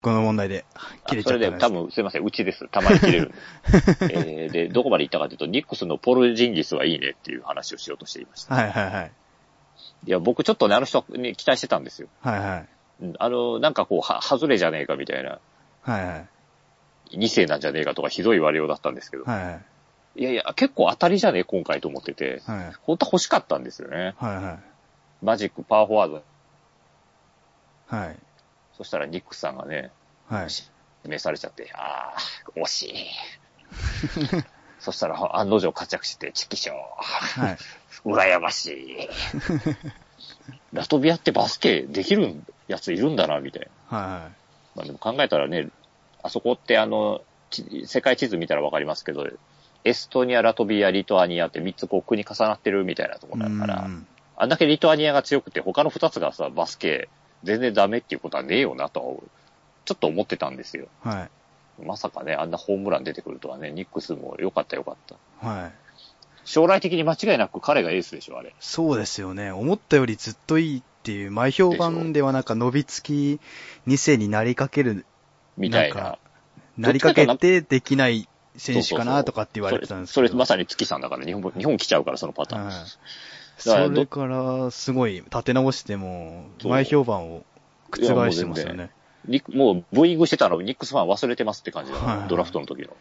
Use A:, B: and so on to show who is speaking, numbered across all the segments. A: この問題で切れち
B: そ
A: ゃ
B: れ
A: った
B: で、
A: んです
B: 多分、すいません、うちです。たまに切 れるんで。えーで、どこまで行ったかというと、ニックスのポルジンギスはいいねっていう話をしようとしていました。
A: はいはいはい。
B: いや、僕ちょっとね、あの人に期待してたんですよ。
A: はいはい。
B: うんあの、なんかこう、は、外れじゃねえかみたいな、
A: はいはい。
B: 2世なんじゃねえかとかひどい言われようだったんですけど、
A: はいはい。
B: いやいや、結構当たりじゃねえ、今回と思ってて、
A: はい
B: 本当は欲しかったんですよね。
A: はい。
B: マジック、パワーフォワード。
A: はい。
B: そしたらニックさんがね、
A: はい。
B: 指名されちゃって、あー、惜し い。そしたら案の定活躍してて、チキショー。
A: はい。
B: 羨ましい。 ラトビアってバスケできるやついるんだな、みたいな。
A: は
B: まあでも考えたらね、あそこってあの、ち世界地図見たらわかりますけど、エストニア、ラトビア、リトアニアって3つこう国重なってるみたいなとこ
A: い。
B: ろだから、
A: うん
B: あんだけリトアニアが強くて他の2つがさ、バスケ全然ダメっていうことはねえよなとは、ちょっと思ってたんですよ。
A: はい。
B: まさかね、あんなホームラン出てくるとはね、ニックスも良かった良かった。
A: はい。
B: 将来的に間違いなく彼がエースでしょ、あれ。
A: そうですよね。思ったよりずっといいっていう、前評判ではなんか伸びつき2世になりかける、
B: みたい
A: なん
B: な
A: か。なりかけてできない選手かなとかって言わ
B: そ
A: れ
B: れ
A: てたんです
B: そ
A: けど。
B: れまさに月さんだから、日本、日本来ちゃうから、そのパターン。
A: はい。
B: だから
A: それから、すごい立て直しても、
B: そう
A: 前評判を覆してますよ
B: いやもう全
A: ね。
B: ニックもうブーイングしてたの、ニックスファン忘れてますって感じだ
A: はいは
B: な、
A: い
B: ドラフトの時の。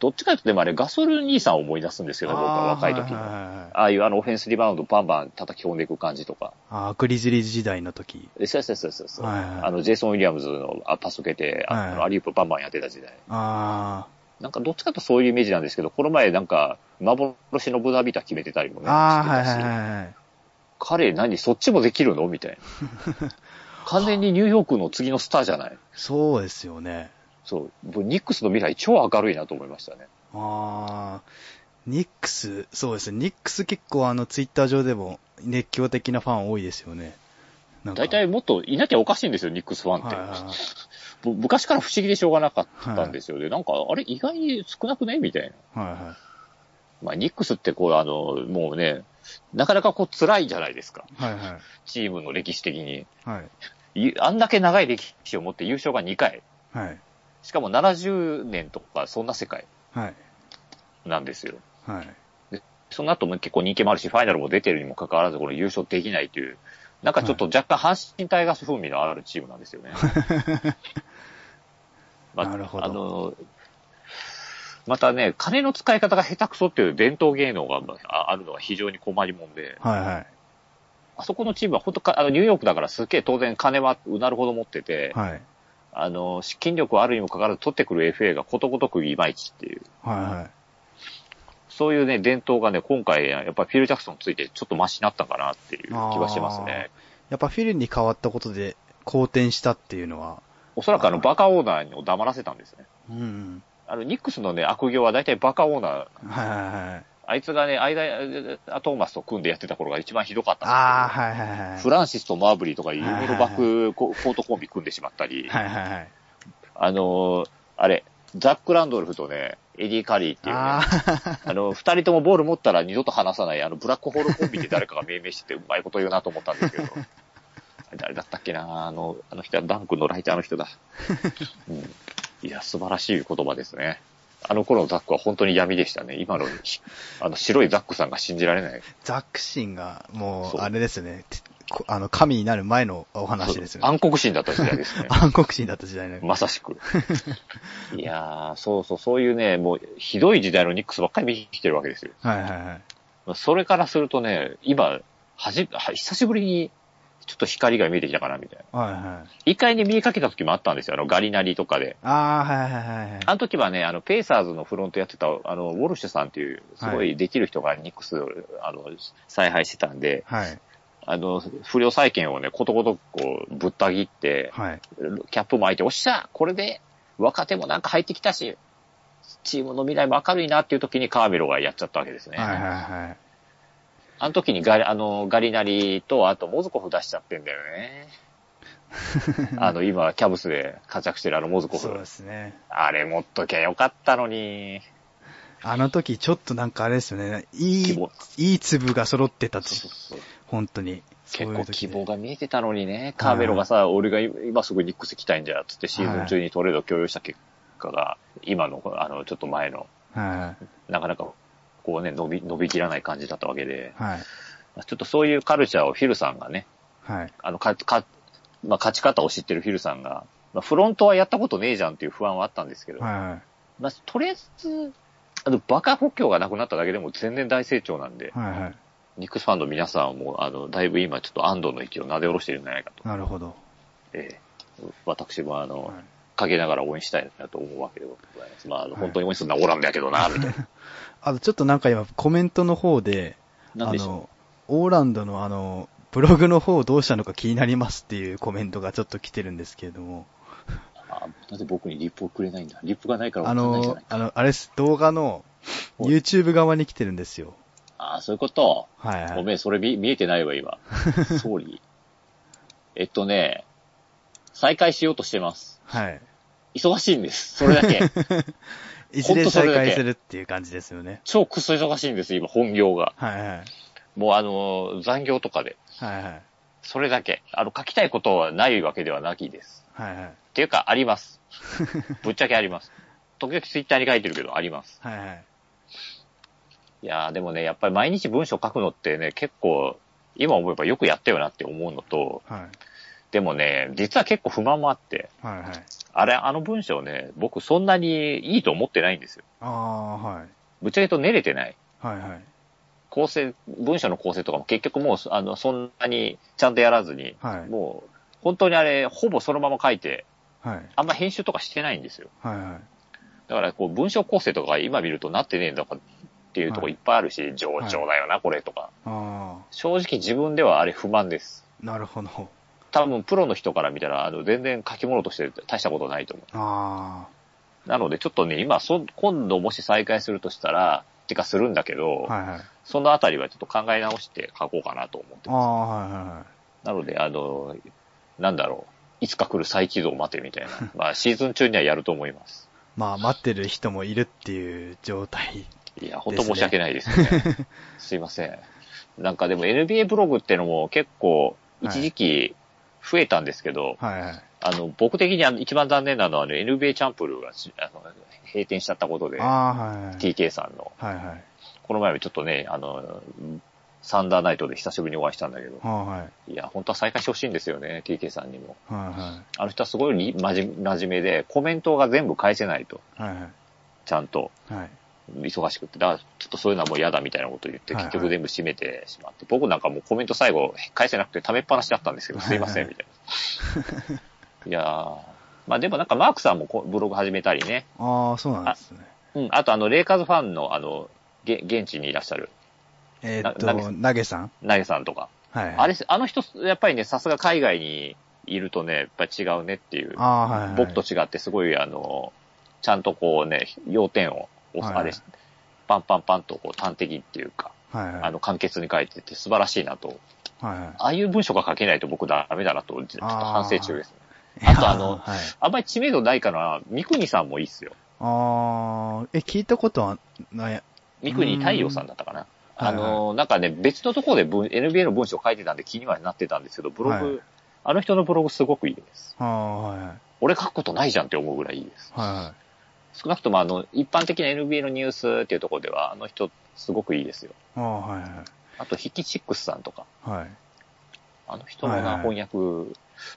B: どっちかというと、でもあれ、ガソル兄さんを思い出すんですけど、僕は
A: あー
B: 若い時
A: はい
B: の。
A: はい
B: あ
A: はいはい
B: あいうあの、オフェンスリバウンドバンバン叩き込んでいく感じとか。
A: あー、グリズリーズ時代の時。
B: えそうそうそうそうそう。
A: はいはい
B: あの、ジェイソン・ウィリアムズのあパス受けて、あ
A: はいはい
B: あのアリウープバンバンやってた時代。
A: あ
B: なんか、どっちかというとそういうイメージなんですけど、この前なんか、幻のブザービーター決めてたりも
A: あ、
B: ね、
A: ああ、
B: して
A: はい
B: たし
A: はいはいはい。
B: 彼何、そっちもできるのみたいな。 完全にニューヨークの次のスターじゃない
A: そうですよね。
B: そう。僕ニックスの未来超明るいなと思いましたね。
A: ああ、ニックス、そうですね。ニックス結構あの、ツイッター上でも熱狂的なファン多いですよね。なんか
B: 大体もっといなきゃおかしいんですよ、ニックスファンっ
A: はい
B: て。
A: はいはい
B: ぶ昔から不思議でしょうがなかったんですよね。なんか、あれ意外に少なくねみたいな。
A: はいは
B: まあ、ニックスってこう、あの、もうね、なかなかこう辛いじゃないですか。
A: い。はいはい。
B: チームの歴史的に。
A: はい。
B: いあんだけ長い歴史を持って優勝が2回。
A: はい。
B: しかも70年とか、そんな世界
A: はい。
B: なんですよ。
A: はい。
B: その後も結構人気もあるし、ファイナルも出てるにもかかわらず、この優勝できないという、なんかちょっと若干阪神タイガース風味のあるチームなんです よね。ま
A: なるほど
B: あの、またね、金の使い方が下手くそっていう伝統芸能がああるのは非常に困りもんで、
A: はいはい。
B: あそこのチームは本当か、あの、ニューヨークだからすっげえ当然金はうなるほど持ってて、
A: はい。はい
B: あの、資金力はあるにもかかわらず取ってくる FA がことごとくいまいちっていう。
A: はい。
B: そういうね、伝統がね、今回、やっぱりフィル・ジャクソンついてちょっとマシになったかなっていう気がしてますね。
A: やっぱフィルに変わったことで好転したっていうのは、
B: おそらくあの、バカオーナーを黙らせたんですね。
A: うん。
B: あの、ニックスのね、悪行は大体バカオーナー、
A: はいはいはい。
B: あいつがね、アイダアトーマスと組んでやってた頃が一番ひどかったんですよ
A: ああ、はいはいはい。
B: フランシスとマーブリーとか夢のバックココートコンビ組んでしまったり、
A: はいはいはい。
B: あのーあれ、ザック・ランドルフとね、エディ・カリーっていうね、
A: あ
B: あの、二人ともボール持ったら二度と離さない、あの、ブラックホールコンビって誰かが命名してて、うまいこと言うなと思ったんですけど、誰だったっけなあの、あの人はダンクのライターの人だ。うん、いや、素晴らしい言葉ですね。あの頃のザックは本当に闇でしたね。今の、あの、白いザックさんが信じられない。
A: ー、ザックシンが、も
B: そう
A: う、あれですね。てこあの、神になる前のお話ですよね。
B: 暗黒神だった時代ですね。
A: 暗黒神だった時代の。
B: まさし く。いやー、そうそう、そういうね、もう、ひどい時代のニックスばっかり見に来てるわけですよ。
A: はいはいはい。
B: まあそれからするとね、今、はじ、は久しぶりに、ちょっと光が見えてきたかな、みたいな。
A: はいはい。
B: 一回に見えかけた時もあったんですよ、あの、ガリナリとかで。
A: ああ、はいはいはいはい。
B: あの時はね、あの、ペイサーズのフロントやってた、あの、ウォルシュさんっていう、すご
A: はい
B: できる人がニックスを、あの、采配してたんで、
A: はい。
B: あの、不良債権をね、ことごとくこう、ぶった切って、
A: はい。
B: キャップも開いて、おっしゃこれで、若手もなんか入ってきたし、チームの未来も明るいなっていう時にカーメロがやっちゃったわけですね。
A: はいはいはい。
B: あの時にガリ、あの、ガリナリと、あと、モズコフ出しちゃってんだよ ね。あの、今、キャブスで活躍してるあのモズコ
A: そう
B: フ
A: で。すね。
B: あれ持っときゃよかったのに。
A: あの時、ちょっとなんかあれですよね。い
B: 希
A: い
B: 望、
A: いい粒が揃ってた
B: そう
A: し
B: そうそう
A: 本当に。そうい
B: 結
A: う時ね
B: 構希望が見えてたのにね、カーベロがさ、俺が今すぐニックス来たいんじゃ、つってシーズン中にトレードを共有した結果が、今の、あの、ちょっと前の、
A: は
B: なかなか、こうね、伸び、伸びきらない感じだったわけで
A: い。、はい。
B: ちょっとそういうカルチャーをフィルさんがね、
A: はい。
B: あの、か、か、まあ、勝ち方を知ってるフィルさんが、まあ、フロントはやったことねえじゃんっていう不安はあったんですけど、
A: は
B: まあ、とりあえず、あの、バカ補強がなくなっただけでも全然大成長なんで
A: い。、はい。はい。
B: ニックスファンの皆さんも、あの、だいぶ今ちょっと安藤の息を撫で下ろしてるんじゃないかと、
A: なるほど。
B: ええ私もあの、
A: はい
B: 陰ながら応援したいなと思うわけでございます。まあ、あの
A: はい
B: 本当に応援するのはオランだけどな、みたいな。
A: あとちょっとなんか今コメントの方で、
B: なん
A: あ
B: でしょ
A: の、オーランドのあの、ブログの方どうしたのか気になりますっていうコメントがちょっと来てるんですけれども、
B: う。あなんで僕にリップをくれないんだ。リップがないから
A: あ
B: 分かんないじゃ
A: の
B: ない、
A: あ
B: か。
A: の、あれです、動画の
B: はい
A: YouTube 側に来てるんですよ。
B: ああ、そういうこと。
A: はいは
B: ご
A: い。
B: めん、それ見見えてないわ、今。総理。えっとね、再開しようとしてます。
A: はい。
B: 忙しいんです。それだけ。
A: いずれ
B: ほんとそ
A: 再
B: れだけ
A: 開するっていう感じですよね。
B: 超クソ忙しいんです、今、本業が。
A: はいはい。
B: もうあの、残業とかで。
A: はいはい。
B: それだけ。あの、書きたいことはないわけではなきです。
A: はいはい。
B: っていうか、あります。ぶっちゃけあります。時々ツイッターに書いてるけど、あります。
A: はいはい。
B: いやーでもね、やっぱり毎日文章書くのってね、結構、今思えばよくやったよなって思うのと、
A: はい。
B: でもね、実は結構不満もあって、
A: はいはい。
B: あれ、あの文章ね、僕そんなにいいと思ってないんですよ。
A: ああ、はい。
B: ぶっちゃけと練れてない。
A: はいはい。
B: 構成、文章の構成とかも結局もう、あの、そんなにちゃんとやらずに、
A: はい。
B: もう、本当にあれ、ほぼそのまま書いて、
A: はい。
B: あんま編集とかしてないんですよ。
A: はいはい。
B: だから、こう、文章構成とか今見るとなってねえんだかっていうとこ
A: はい
B: いっぱいあるし、冗長だよな、これとか。
A: あ
B: 正直自分ではあれ不満です。
A: あ、なるほど。
B: 多分、プロの人から見たら、あの、全然書き物として大したことないと思
A: あ
B: う。なので、ちょっとね、今、そ、今度もし再開するとしたら、てかするんだけど、
A: あ、はいはい。
B: そのあたりはちょっと考え直して書こうかなと思って
A: あ
B: ま
A: あ、はいはいはい。
B: す。なので、あの、なんだろう。いつか来る再起動を待てみたい な。まあ、シーズン中にはやると思います。
A: まあ、待ってる人もいるっていう状態。
B: いや、本当申し訳ないですね。すいません。なんかでも NBA ブログってのも結構、一時期増えたんですけど、
A: はいはい。
B: あの、僕的にあの一番残念なのは、ね、NBA チャンプルーがしあの閉店しちゃったことで、
A: ああ、はい。
B: TK さんの、
A: はいはい。
B: この前もちょっとね、あの、サンダーナイトで久しぶりにお会いしたんだけど、
A: はいはい。
B: いや、本当は再開してほしいんですよね、TK さんにも。
A: は
B: あの人はすごいり真面真面目で、コメントが全部返せないと、
A: いはい。はいはい。
B: ちゃんと。
A: はい。
B: 忙しくって、だからちょっとそういうのはもう嫌だみたいなことを言って、
A: はいは
B: 結
A: い
B: 局全部閉めてしまって、僕なんかもうコメント最後返せなくて溜めっぱなしだったんですけど、すいません、みたいな。いやー。まあでもなんかマークさんもこブログ始めたりね。
A: ああ、そうなんですね。
B: うん。あとあの、レイカーズファンのあの、げ現地にいらっしゃる、
A: えーっ
B: ななげさ
A: と、なげさん
B: ナゲさんとか。
A: はいはい。
B: あれ、あの人、やっぱりね、さすが海外にいるとね、やっぱり違うねっていう。
A: ああ、はいはい。
B: 僕と違ってすごい、あの、ちゃんとこうね、要点を、お
A: はい
B: あれ、パンパンパンとこう端的っていうか、
A: はいはい。
B: あの、簡潔に書いてて素晴らしいなと。
A: はいはい。
B: ああいう文章が書けないと僕ダメだなと、ちょっと反省中ですね。
A: いや
B: あとあの
A: はい。
B: あんまり知名度ないから、三国さんもいいっすよ。
A: ああ、え、聞いたことはない。
B: 三国太陽さんだったかな。
A: うん
B: あの、なんかね、別のところで文 NBA の文章書いてたんで気にはなってたんですけど、ブログ、
A: はい
B: あの人のブログすごくいいです。
A: ああ、はいはい。
B: 俺書くことないじゃんって思うぐらいいいです。
A: は
B: 少なくともあの、一般的な NBA のニュースっていうところでは、あの人すごくいいですよ。
A: いはい。ああ、はいはい。
B: あと、ヒキチックスさんとか、
A: はい。
B: あの人も
A: はいは
B: ない翻訳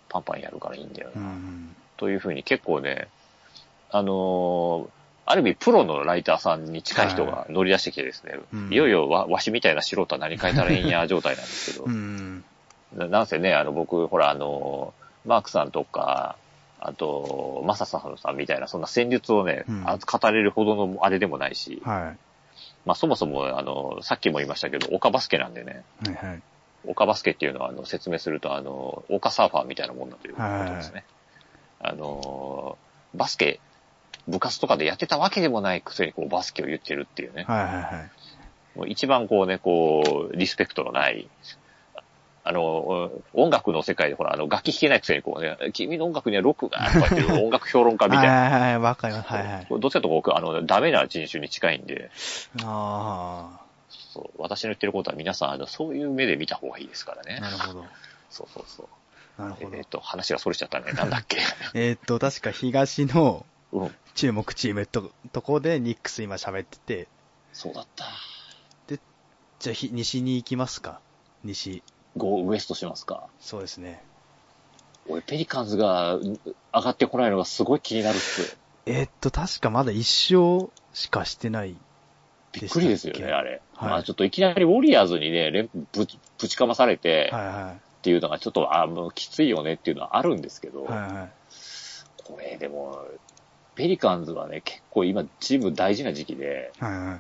B: パンパンやるからいいんだよ
A: う
B: な、
A: ん。
B: というふうに結構ね、あのーある意味プロのライターさんに近い人が乗り出してきてですね、
A: うん
B: いよいよわわしみたいな素人は何書いたらええんや状態なんですけど
A: う、ん。
B: ななんせね、あの僕、ほら、あのーマークさんとか、あと、マササハさんみたいな、そんな戦術をね、
A: うん
B: あ語れるほどのあれでもないし、
A: は
B: まあそもそも、あの、さっきも言いましたけど、岡バスケなんでね、
A: い。はいはい。
B: 岡バスケっていうのは、あの、説明すると、あの、岡サーファーみたいなもんだということですね。あの、バスケ、部活とかでやってたわけでもないくせに、こう、バスケを言ってるっていうね。
A: はいはいはい。
B: もう一番こうね、こう、リスペクトのない、あの、音楽の世界で、ほら、あの、楽器弾けないくせに、こうね、君の音楽にはロックが、とか言ってる音楽評論家みたいな。
A: はいはいはい、わかります。はいはい。
B: どっちかというと僕、あの、ダメな人種に近いんで、
A: あ
B: そう。私の言ってることは皆さん、あのそういう目で見た方がいいですからね。
A: なるほど。
B: そうそうそう。
A: なるほど
B: えっ、。と、話がそれちゃ ったね。なんだっけ。
A: えーっと、確か東の
B: うん。
A: 注目チームと、とこでニックス今喋ってて、
B: そうだった。
A: じゃあひ西に行きますか。西。
B: ゴーウエストしますか。
A: そうですね。
B: 俺、ペリカンズがうん上がってこないのがすごい気になるっす。
A: えーっと、確かまだ一勝しかしてない。
B: びっくりですよ
A: でしたっ
B: ね、
A: け
B: あれ。
A: はい
B: まあちょっといきなりウォリアーズにね、連ぶぶちかまされて
A: はいは
B: っていうのがちょっと、あもうきついよねっていうのはあるんですけど、
A: い。はいはい。
B: これでも、ペリカンズはね、結構今チーム大事な時期で、
A: はいはい。
B: っ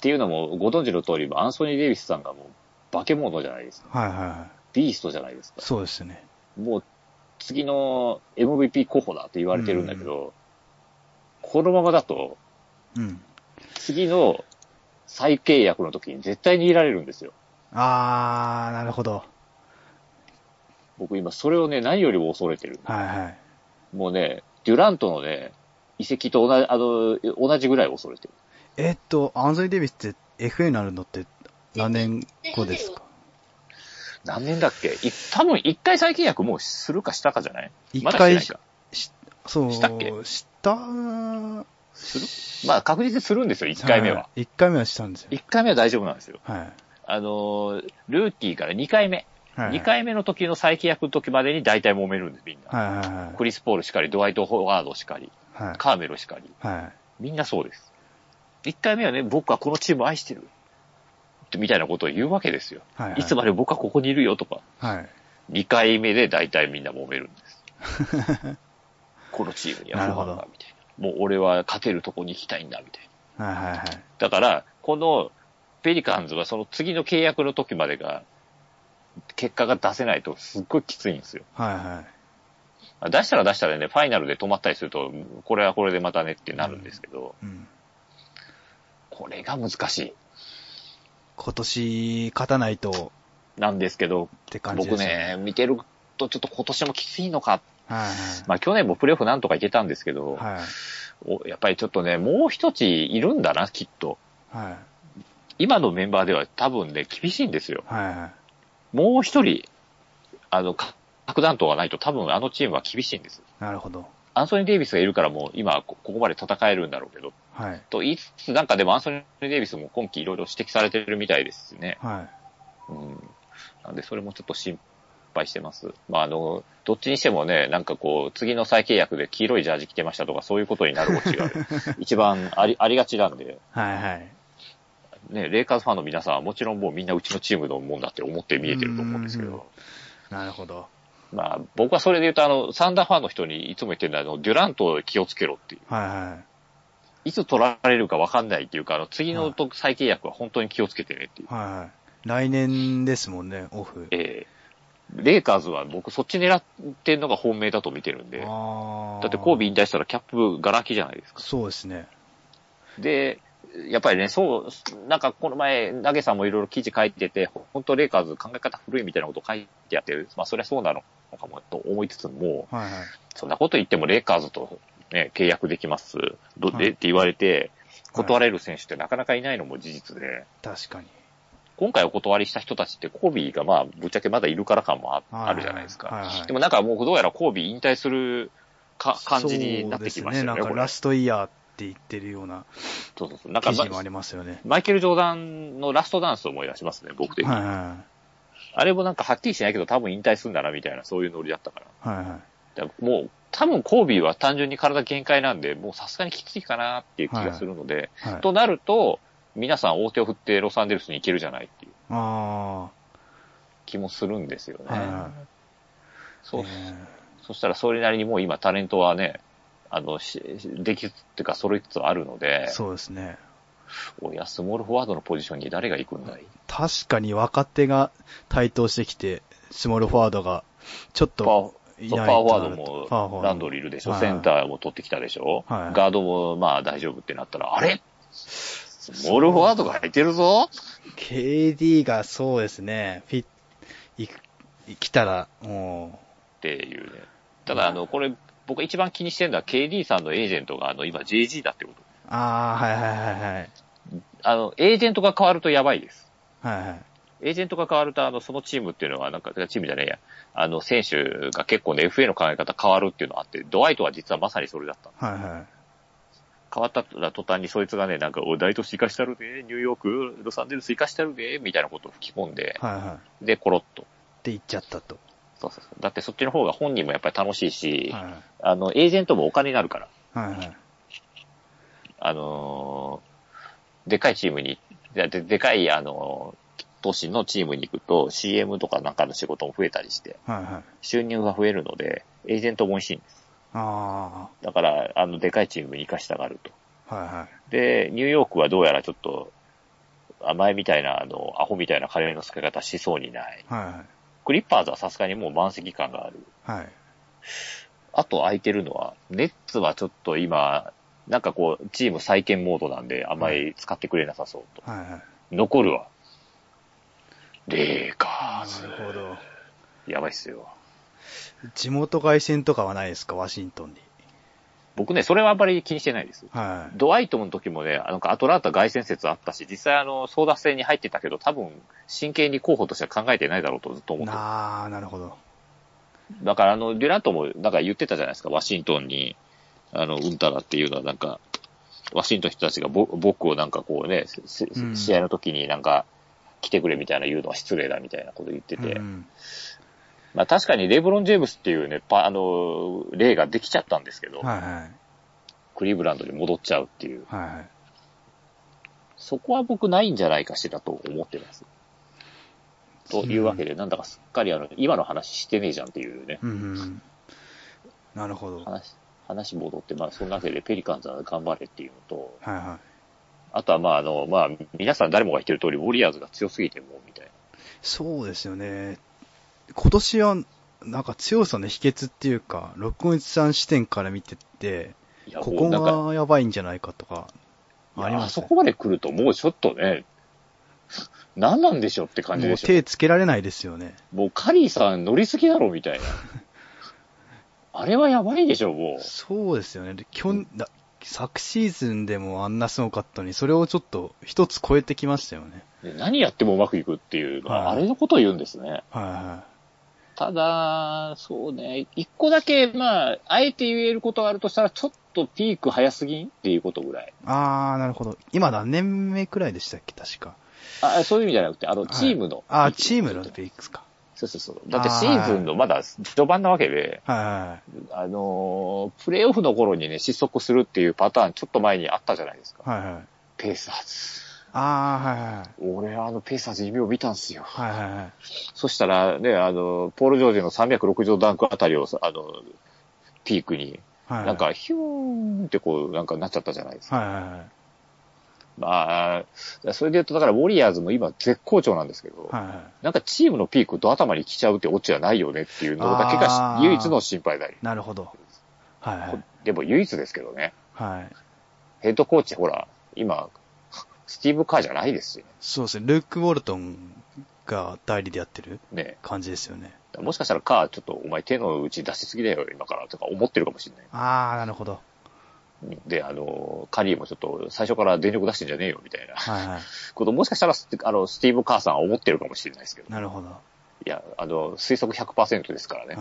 B: ていうのもご存知の通り、アンソニー・デイビスさんがもう化け物じゃないですか。
A: はいはいは
B: ビーストじゃないですか
A: い。。そうですね。
B: もう次の MVP 候補だって言われてるんだけど、このままだと
A: うん。
B: 次の再契約の時に絶対にいられるんですよ。
A: あー、なるほど。
B: 僕今それをね、何よりも恐れてる。
A: はいはい。
B: もうね、デュラントのね、移籍と同じ、あの、同じぐらい恐れてる。
A: えーっと、アンソニー・デイビスって FA になるのって何年後ですか
B: 何年だっけい多分一回再契約もうするかしたかじゃない
A: 一
B: まだして
A: 回
B: ないか。
A: そう。
B: したっけ
A: した
B: するまあ確実にするんですよ、一回目は。
A: い、1回目はしたんですよ。
B: 一回目は大丈夫なんですよ。
A: はい。
B: あの、ルーキーから二回目。
A: はい。
B: 二回目の時の再契約の時までに大体揉めるんです、みんな。
A: はいはいはい。
B: クリス・ポールしかり、ドワイト・ホワードしかり、
A: はい。
B: カーメルしかり、
A: はい。
B: みんなそうです。一回目はね、僕はこのチームを愛してる。みたいなことを言うわけですよ。
A: はい。
B: いつまでも僕はここにいるよとか。
A: はい。
B: 二回目で大体みんな揉める んです。このチームには不
A: な
B: 満
A: るほ
B: だ、みたいな。もう俺は勝てるとこに行きたいんだ、みたいな。
A: はいはいはい。
B: だから、このペリカンズはその次の契約の時までが、結果が出せないとすっごいきついんですよ。
A: はいはい。
B: 出したら出したらね、ファイナルで止まったりすると、これはこれでまたねってなるんですけど、
A: うん。
B: これが難し
A: 今年勝たないと
B: い。なんですけど、
A: って感じで
B: 僕
A: すよ。
B: ね、見てるとちょっと今年もきついのか。
A: はい
B: まあ去年もプレーオフなんとかいけたんですけど、
A: はい。はい。
B: おやっぱりちょっとね、もう一ついるんだな、きっと。
A: はい。
B: 今のメンバーでは多分ね、厳しいんですよ。
A: はいはい。
B: もう一人、あの、か核弾頭がないと多分あのチームは厳しいんです。
A: なるほど。
B: アンソニー・デイビスがいるからもう今こここまで戦えるんだろうけど、
A: はい。
B: と言いつつなんかでもアンソニー・デイビスも今季いろいろ指摘されてるみたいですしね。
A: はい。
B: うん。なんでそれもちょっと心配してます。まああの、どっちにしてもね、なんかこう、次の再契約で黄色いジャージ着てましたとかそういうことになるオチが一番あり、ありがちなんで、
A: はいはい。
B: ね、レイカーズファンの皆さんはもちろんもうみんなうちのチームのもんだって思って見えてると思うんですけ
A: うん
B: ど、
A: なるほど。
B: まあ、僕はそれで言うと、あの、サンダーファンの人にいつも言ってるのは、あの、デュラントを気をつけろっていう。
A: はいはい。
B: いつ取られるか分かんないっていうか、あの、次のと再契約は本当に気をつけてねっていう。
A: はいはい。来年ですもんね、オフ。
B: ええレイカーズは僕そっち狙ってんのが本命だと見てるんで。
A: あー
B: だってコービー引退したらキャップガラキじゃないですか。
A: そうですね。
B: で、やっぱりね、そう、なんかこの前、ナゲさんもいろいろ記事書いてて、本当レイカーズ考え方古いみたいなこと書いてあって、まあそりゃそうなのかもと思いつつも、
A: はいはい。
B: そんなこと言ってもレイカーズと、ね、契約できます。ど
A: はい
B: でって言われて、断れる選手ってなかなかいないのも事実で、
A: 確かに。
B: 今回お断りした人たちってコービーがまあぶっちゃけまだいるから感もあ
A: は
B: あるじゃないです
A: は
B: か。
A: いはい。
B: でもなんかもうどうやらコービー引退するか感じになってきまし
A: そうです
B: たよ
A: ね。な
B: ね、
A: んか
B: こ
A: ラ
B: れ。
A: ストイヤーって言ってるような
B: そうそうそう。なんか
A: 記
B: ま
A: 事もありますよね。
B: マイケル・ジョーダンのラストダンスを思い出しますね、僕的に。
A: はいは
B: あれもなんかはっきりしないけど多分引退するんだなみたいなそういうノリだったから。
A: い。はいはい。
B: だからもう多分コービーは単純に体限界なんで、もうさすがにきついかなっていう気がするので、
A: はい、
B: となると、皆さん大手を振ってロサンゼルスに行けるじゃないっていう
A: あ
B: 気もするんですよね。
A: あ、はいは
B: そう
A: い。え
B: そしたらそれなりにもう今タレントはね、あの、しできつっていうか揃いつつあるの
A: ー
B: で、
A: そうですね。
B: おや、スモールフォワードのポジションに誰が行くんだい
A: 確かに若手が台頭してきて、スモールフォワードがちょっ
B: パワー
A: とい
B: そう
A: ない
B: パワーフォワ
A: パ
B: ードもランドリーいるでしょ、
A: はい
B: センターも取ってきたでしょ、
A: はい
B: ガードもまあ大丈夫ってなったら、あれスモールフォワードが入ってるぞ
A: KD がそうですね、フィッ、い来たら、も
B: っていうね。ただ、あの、これ、僕一番気にしてるのは KD さんのエージェントが、あの、今 JG だってこと。
A: う、ああ、はいはいはいはい。
B: あの、エージェントが変わるとやばいです。
A: はいはい。
B: エージェントが変わると、あの、そのチームっていうのは、なんか、チームじゃねえや、あの、選手が結構ね、FA の考え方変わるっていうのがあって、ドワイトは実はまさにそれだった。
A: はいはい。
B: 変わったら途端にそいつがね、なんか、おい、大都市生かしたるで、ニューヨーク、ロサンゼルス生かしたるで、みたいなことを吹き込んで、
A: はいはい。っ
B: で、コロッと。
A: て言っちゃったと。
B: そうそうそう。だってそっちの方が本人もやっぱり楽しいし、
A: はいはい。
B: あの、エージェントもお金になるから、
A: はいはい。
B: あのーでかいチームに、でででかい、あのー都市のチームに行くと CM とかなんかの仕事も増えたりして、
A: はいはい。
B: 収入が増えるので、エージェントも美味しいんです。
A: あ
B: だから、あの、でかいチームに生かしたがると。
A: あ。はいはい。
B: で、ニューヨークはどうやらちょっと、あ前みたいな、あの、アホみたいな金の使い方しそうにない。
A: は
B: クリッパーズはさすがにもう満席感がある。
A: いはい。はい。
B: あと空いてるのは、ネッツはちょっと今、なんかこう、チーム再建モードなんで、あんまり使ってくれなさそうと。
A: はいはい。
B: 残るは、レイカ
A: あ
B: ー
A: あ、
B: ズ
A: な。るほど。
B: やばいっすよ。
A: 地元凱旋とかはないですか、ワシントンに。
B: 僕ね、それはあんまり気にしてないです。
A: はい。
B: ドワイトの時もね、なんかアトランタ外戦説あったし、実際あの、争奪戦に入ってたけど、多分、真剣に候補としては考えてないだろうとずっと思ってた。
A: ああ、なるほど。
B: だからあの、デュラントもなんか言ってたじゃないですか、ワシントンに、あの、うんたらっていうのはなんか、ワシントンの人たちがぼ僕をなんかこうね、せせ
A: うん
B: 試合の時になんか、来てくれみたいな言うのは失礼だみたいなこと言ってて、
A: うん、
B: まあ確かにレブロン・ジェームスっていうね、パあの、例ができちゃったんですけど、
A: はいはい。
B: クリーブランドに戻っちゃうっていう、
A: はいはい。
B: そこは僕ないんじゃないかしらと思ってます。というわけで、なんだかすっかりあの、今の話してねえじゃんっていうね、
A: うんうんうん。なるほど。はい
B: 話、話戻って、まあそんなわけでペリカンズは頑張れっていうのと、
A: は
B: あとはまああの、まあ皆さん誰もが言ってる通り、ウォリアーズが強すぎてもうみたいな。
A: い。そうですよね。今年は、なんか強さの秘訣っていうか、613視点から見てて、
B: いや
A: こ
B: も
A: こ
B: うなんか
A: がやばいんじゃないかとか、あり
B: いや
A: ま
B: あ
A: す
B: そ
A: ね。
B: こまで来るともうちょっとね、何なんでしょうって感じ
A: も
B: で
A: う
B: しょ。
A: 手つけられないですよね。
B: もうカリーさん乗りすぎだろみた いな。あれはやばいでしょ、もう。
A: そうですよね。できょんだ昨シーズンでもあんなすごかったのに、それをちょっと一つ超えてきましたよね。
B: ね何やってもうまくいくっていう、まあ
A: はい
B: あれのことを言うんですね。
A: はいは
B: ただ、そうね、一個だけ、まあ、あえて言えることがあるとしたら、ちょっとピーク早すぎんっていうことぐらい。
A: い。あー、なるほど。今何年目くらいでしたっけ、確か。
B: あそういう意味じゃなくて、あの、
A: はい
B: チームの。
A: あー、チームのフェイクスか。
B: そうそうそう。だってシーズンのまだ序盤なわけで、
A: はいはい
B: あのープレイオフの頃にね、失速するっていうパターンちょっと前にあったじゃないですか。
A: はい。はいはい。
B: ペーサーズ。
A: あ
B: 俺、あの、ペーサーズ夢を見たんすよ。
A: ー、はいはい。はいはいはい。
B: そしたら、ね、あの、ポール・ジョージの360ダンクあたりを、あの、ピークに、
A: はいはい。
B: なんか、ヒューンってこう、なんかなっちゃったじゃないですか。
A: はいはいはい。
B: まあ、それで言うと、だから、ウォリアーズも今絶好調なんですけど、
A: はいは
B: なんかチームのピークと頭に来ちゃうってオチはないよねっていうのだけが
A: あー
B: 唯一の心配だよ。
A: い。なるほど。はいはい。
B: でも唯一ですけどね、
A: はい。
B: ヘッドコーチほら、今、スティーブ・カーじゃないですよ
A: そうですね。ルーク・ウォルトンが代理でやってる
B: ね。
A: 感じですよね。
B: もしかしたらカー、ちょっとお前手の内出しすぎだよ、今からとか思ってるかもしれない。
A: あー、なるほど。
B: で、あの、カリーもちょっと最初から電力出してんじゃねえよ、みたいな
A: はいはい。
B: こと、もしかしたらス、あの、スティーブ・カーさんは思ってるかもしれないですけど。
A: なるほど。はい
B: や、あの、推測100%ですからね。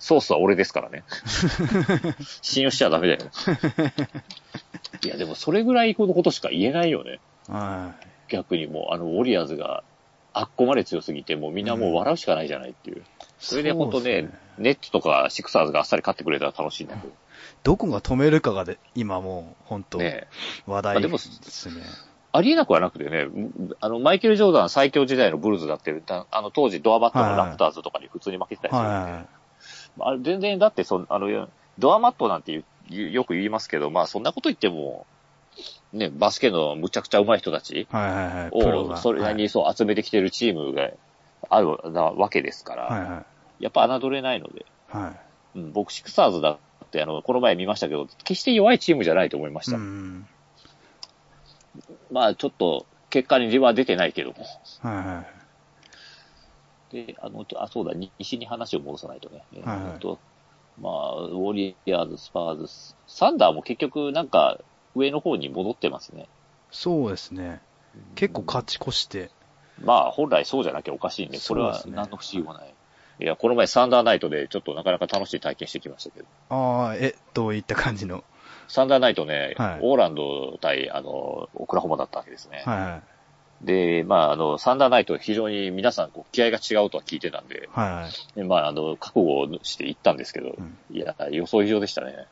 B: ソースは俺ですから ね。信用しちゃダメだよ。いや、でもそれぐらいのことしか言えないよね。
A: い。は
B: 逆にもう、あの、ウォリアーズが、あっこまで強すぎて、もうみんなもう笑うしかないじゃないっていう。
A: い。
B: それで本当
A: そうっ
B: ね
A: す、
B: ネットとかシクサーズがあっさり勝ってくれたら楽しいんだけ
A: どこが止めるかがで、今もう、本当
B: ど。ね
A: 話
B: ま
A: 題
B: あでも
A: ですね。
B: ありえなくはなくてね、あの、マイケル・ジョーダン最強時代のブルーズだって、だあの、当時ドアバットのラプターズとかに普通に負けてたりするんで、
A: は
B: あれ全然、だってその、あの、ドアマットなんて言う言うよく言いますけど、まあそんなこと言っても、ね、バスケのむちゃくちゃ上手い人たち
A: い。はいはいはい。プロ
B: を、
A: が。
B: それなりにそう集めてきてるチームがあるなわけですから、
A: はいはいはい
B: やっぱ侮れないので、
A: はい。
B: うん、僕シクサーズだって、あの、この前見ましたけど、決して弱いチームじゃないと思いまし
A: う
B: た。
A: ん。
B: まあちょっと、結果には出てないけども。
A: はいはい。
B: で、あの、あ、そうだ、西に話を戻さないとね。え
A: はいはい
B: ーとまあ、ウォリアーズ、スパーズ、サンダーも結局なんか上の方に戻ってますね。
A: そうですね。結構勝ち越して、
B: まあ、本来そうじゃなきゃおかしいんで、これ
A: そうで
B: は
A: すね
B: 何の不思議もない。いや、この前サンダーナイトでちょっとなかなか楽しい体験してきましたけど、
A: ああ、え、どういった感じの。
B: サンダーナイトね、
A: はい
B: オーランド対、あの、オクラホマだったわけですね。
A: はいはい。
B: で、まあ、あの、サンダーナイト非常に皆さんこう気合が違うとは聞いてたんで、
A: はいはい。
B: でまあ、あの、覚悟をして行ったんですけど、
A: うん
B: いや、予想以上でしたね。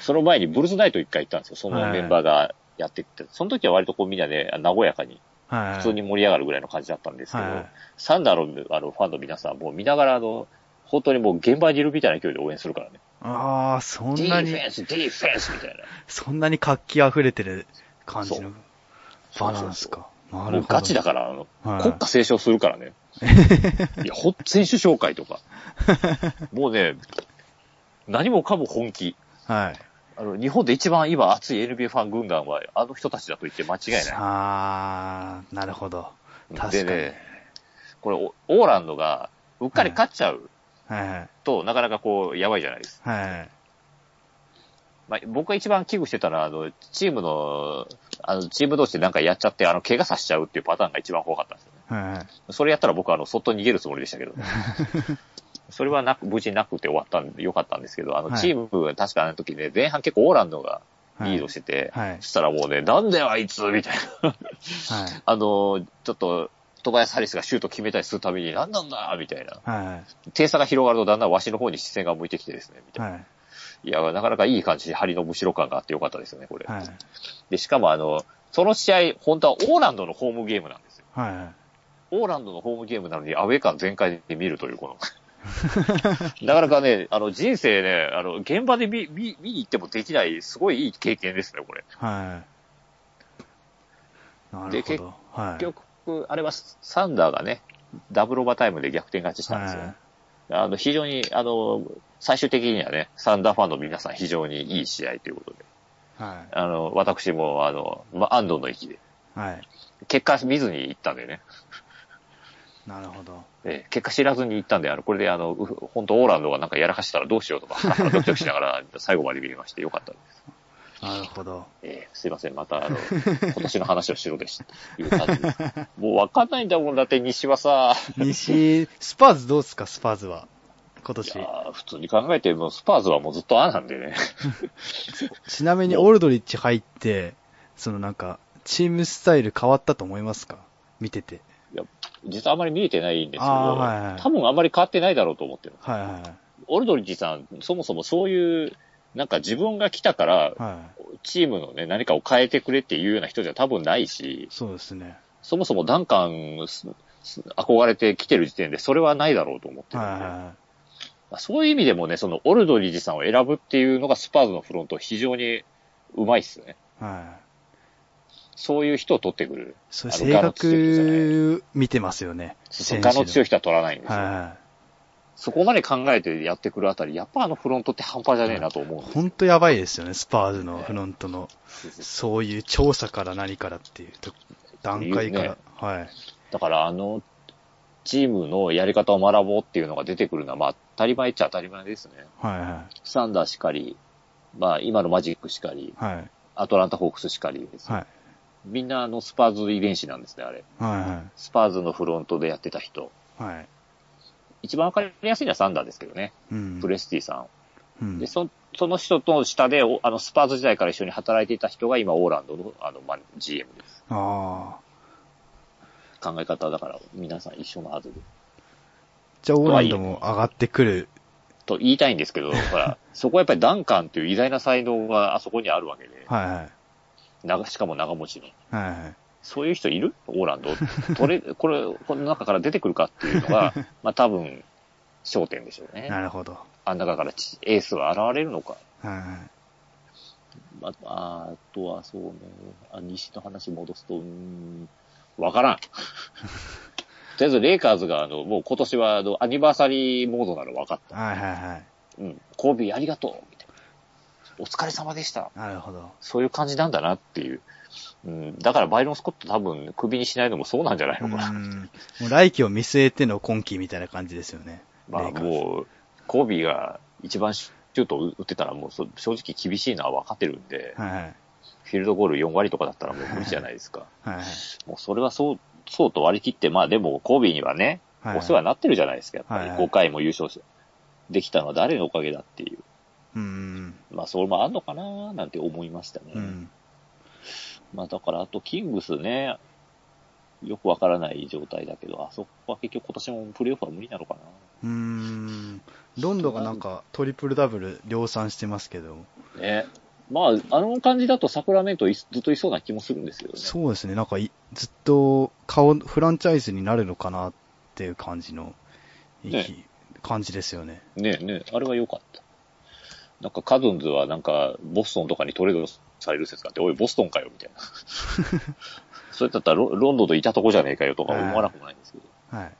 B: その前にブルーズナイト一回行ったんですよ、そのメンバーがやってって。その時は割とこうみんなね、和やかに、
A: はいはい。
B: 普通に盛り上がるぐらいの感じだったんですけど、
A: はいはい
B: サンダーのあのファンの皆さん、もう見ながら、あの、本当にもう現場にいるみたいな勢いで応援するからね。
A: ああ、そ
B: デ
A: ん
B: ィ
A: な
B: フ
A: に、
B: ェンス、ディフェンスみたいな。
A: そんなに活気溢れてる感じの場なんですか。な
B: も
A: る
B: う
A: ほど。
B: ガチだから、あの、
A: はい
B: 国家斉唱するか らね。いや、ほん、選手紹介とか。もうね、何もかも本気。
A: はい。
B: あの、日本で一番今熱い NBA ファン軍団は、あの人たちだと言って間違いない。
A: ああ、なるほど。確か
B: で
A: に。
B: ね、これ、オオーランドが、うっかり勝っちゃう
A: はいはい。
B: と、なかなかこう、やばいじゃないですか
A: はいはい。
B: まあ、僕が一番危惧してたのは、あの、チームの、あの、チーム同士でなんかやっちゃって、あの、怪我させちゃうっていうパターンが一番怖かったんですよね。
A: はいはい。
B: それやったら僕は、あの、そっと逃げるつもりでした けど。それはなく、無事なくて終わったんで、よかったんですけど、あの、
A: はい
B: チームが確かあの時ね、前半結構オーランドがリードしてて、
A: はい
B: そしたらもうね、なんだよあいつみたいな。
A: はい。
B: あの、ちょっと、トバヤス・ハリスがシュート決めたりするたびに、なんなんだみたいな。
A: はいはい。
B: 点差が広がると、だんだんわしの方に視線が向いてきてですね、みたいな。
A: はい。
B: いや、なかなかいい感じで張りのむしろ感があってよかったですよね、これ。
A: はい。
B: で、しかもあの、その試合、本当はオーランドのホームゲームなんですよ。
A: はいはい。
B: オーランドのホームゲームなのにアウェー感全開で見るとい う、この。なかなかね、あの、人生ね、あの、現場で見、見、見に行ってもできない、すごいいい経験ですね、これ。
A: はい。なるほど。はい。
B: 結局、あれはサンダーがね、ダブルオーバータイムで逆転勝ちしたんですよね。あの、非常に、あの、最終的にはね、サンダーファンの皆さん非常にいい試合ということで、
A: は
B: あの、私も、あの、ま、安藤の域で、
A: い。はい。
B: 結果見ずに行ったんでね、
A: なるほど。
B: ええ結果知らずに行ったんで、あの、これであの、う本当オーランドがなんかやらかしたらどうしようとか、 ドキドキしながら最後まで見れましてよかったです。
A: なるほど。
B: ええすいません、またあの、今年の話をしろでした。いう感じです。もうわかんないんだもん、だって西はさ、
A: 西、スパーズどうですか、スパーズは。今
B: い
A: 年。
B: やー普通に考えて、もうスパーズはもうずっとあなんでね。
A: ちなみに、オールドリッチ入って、そのなんか、チームスタイル変わったと思いますか見てて。
B: 実はあまり見えてないんですけど、
A: あーはいはい
B: 多分あまり変わってないだろうと思ってる。
A: はいは
B: オルドリッジさん、そもそもそういう、なんか自分が来たから
A: い。、は
B: チームのね、何かを変えてくれっていうような人じゃ多分ないし
A: い。、そうですね。
B: そもそもダンカンすす憧れてきてる時点でそれはないだろうと思ってるん
A: は
B: で、
A: いは
B: まあそういう意味でもね、そのオルドリッジさんを選ぶっていうのがスパーズのフロント非常にうまいっすね。
A: い。はい。
B: そういう人を取ってくる。
A: それ
B: あの
A: 性格見てますよね。選手
B: 他
A: の
B: の強い人は取らないんですよ。
A: は
B: そこまで考えてやってくるあたり、やっぱあのフロントって半端じゃねえなと思うん
A: い。
B: です
A: ほんとやばいですよね、スパーズのフロントの。
B: よ。
A: そういう調査から何からっていうと段階か
B: いい
A: ら。
B: ね
A: はい。
B: だからあの、チームのやり方を学ぼうっていうのが出てくるのは、まあ当たり前っちゃ当たり前ですね。
A: はいは
B: スタンダーしかり、まあ今のマジックしかり、
A: い。はい。
B: アトランタホークスしかりですね
A: はい。
B: みんなあのスパーズ遺伝子なんですね、あれ。
A: は
B: スパーズのフロントでやってた人。
A: いはい。はい。
B: 一番わかりやすいのはサンダーですけどね。
A: うん
B: プ。レスティさ。
A: うんん
B: で、そその人との下で、おあの、スパーズ時代から一緒に働いていた人が今、オーランドの、あの、ま GM です。
A: ああ。
B: 考え方だから、皆さん一緒のはずで。
A: じゃあ、オーランドも上がってくる。
B: と言いたいんで すけど、ほら、そこはやっぱりダンカンという偉大な才能があそこにあるわけで、
A: はいはい。
B: 長しかも長持ちの。
A: はいはい。
B: そういう人いるオーランド。取れ、こ れ、この中から出てくるかっていう のが、まあ多分、焦点でしょうね。
A: なるほど。
B: あん中からちエースは現れるのか。
A: はいはい。
B: まあ、あとはそうね、あ西の話戻すと、うーん、わからん。とりあえず、レイカーズが、あの、もう今年は、あの、アニバーサリーモードなの分かった。
A: はいはいはい。
B: うん、コービーありがとうみたいな。お疲れ様でした。
A: なるほど。
B: そういう感じなんだなっていう。うん、だからバイロン・スコット多分、首にしないのもそうなんじゃないうのかな。
A: ん。もう来季を見据えての今季みたいな感じですよね。
B: まあ
A: レイカーズ
B: もう、コービーが一番シュートを打ってたらもうそ正直厳しいのは分かってるんで、
A: はいはい。
B: フィールドゴール4割とかだったらもう無理じゃないですか。
A: はい。
B: もうそれはそう、そうと割り切って、まあでも、コービーにはね、
A: はい。
B: お世話になってるじゃないですか、やっぱ
A: はい
B: り。
A: はい
B: 5回も優勝しできたのは誰のおかげだっていう。
A: うん。
B: まあ、それもあんのかななんて思いましたね。
A: うん。
B: まあ、だから、あと、キングスね、よくわからない状態だけど、あそこは結局今年もプレーオフは無理なのか
A: うん。ロンドがなんかトリプルダブル量産してますけど、
B: な。ね。まあ、あの感じだとサクラメントいずっといそうな気もするんですけどね。
A: そうですね、なんかいずっと顔、フランチャイズになるのかなっていう感じの、い
B: ね
A: き感じですよね。
B: ねえねえ、あれは良かった。なんかカズンズはなんか、ボストンとかにトレードされる説があって、おい、ボストンかよ、みたいな。それだったらロロンドンといたとこじゃねえかよとか思わなくもないんですけど。
A: は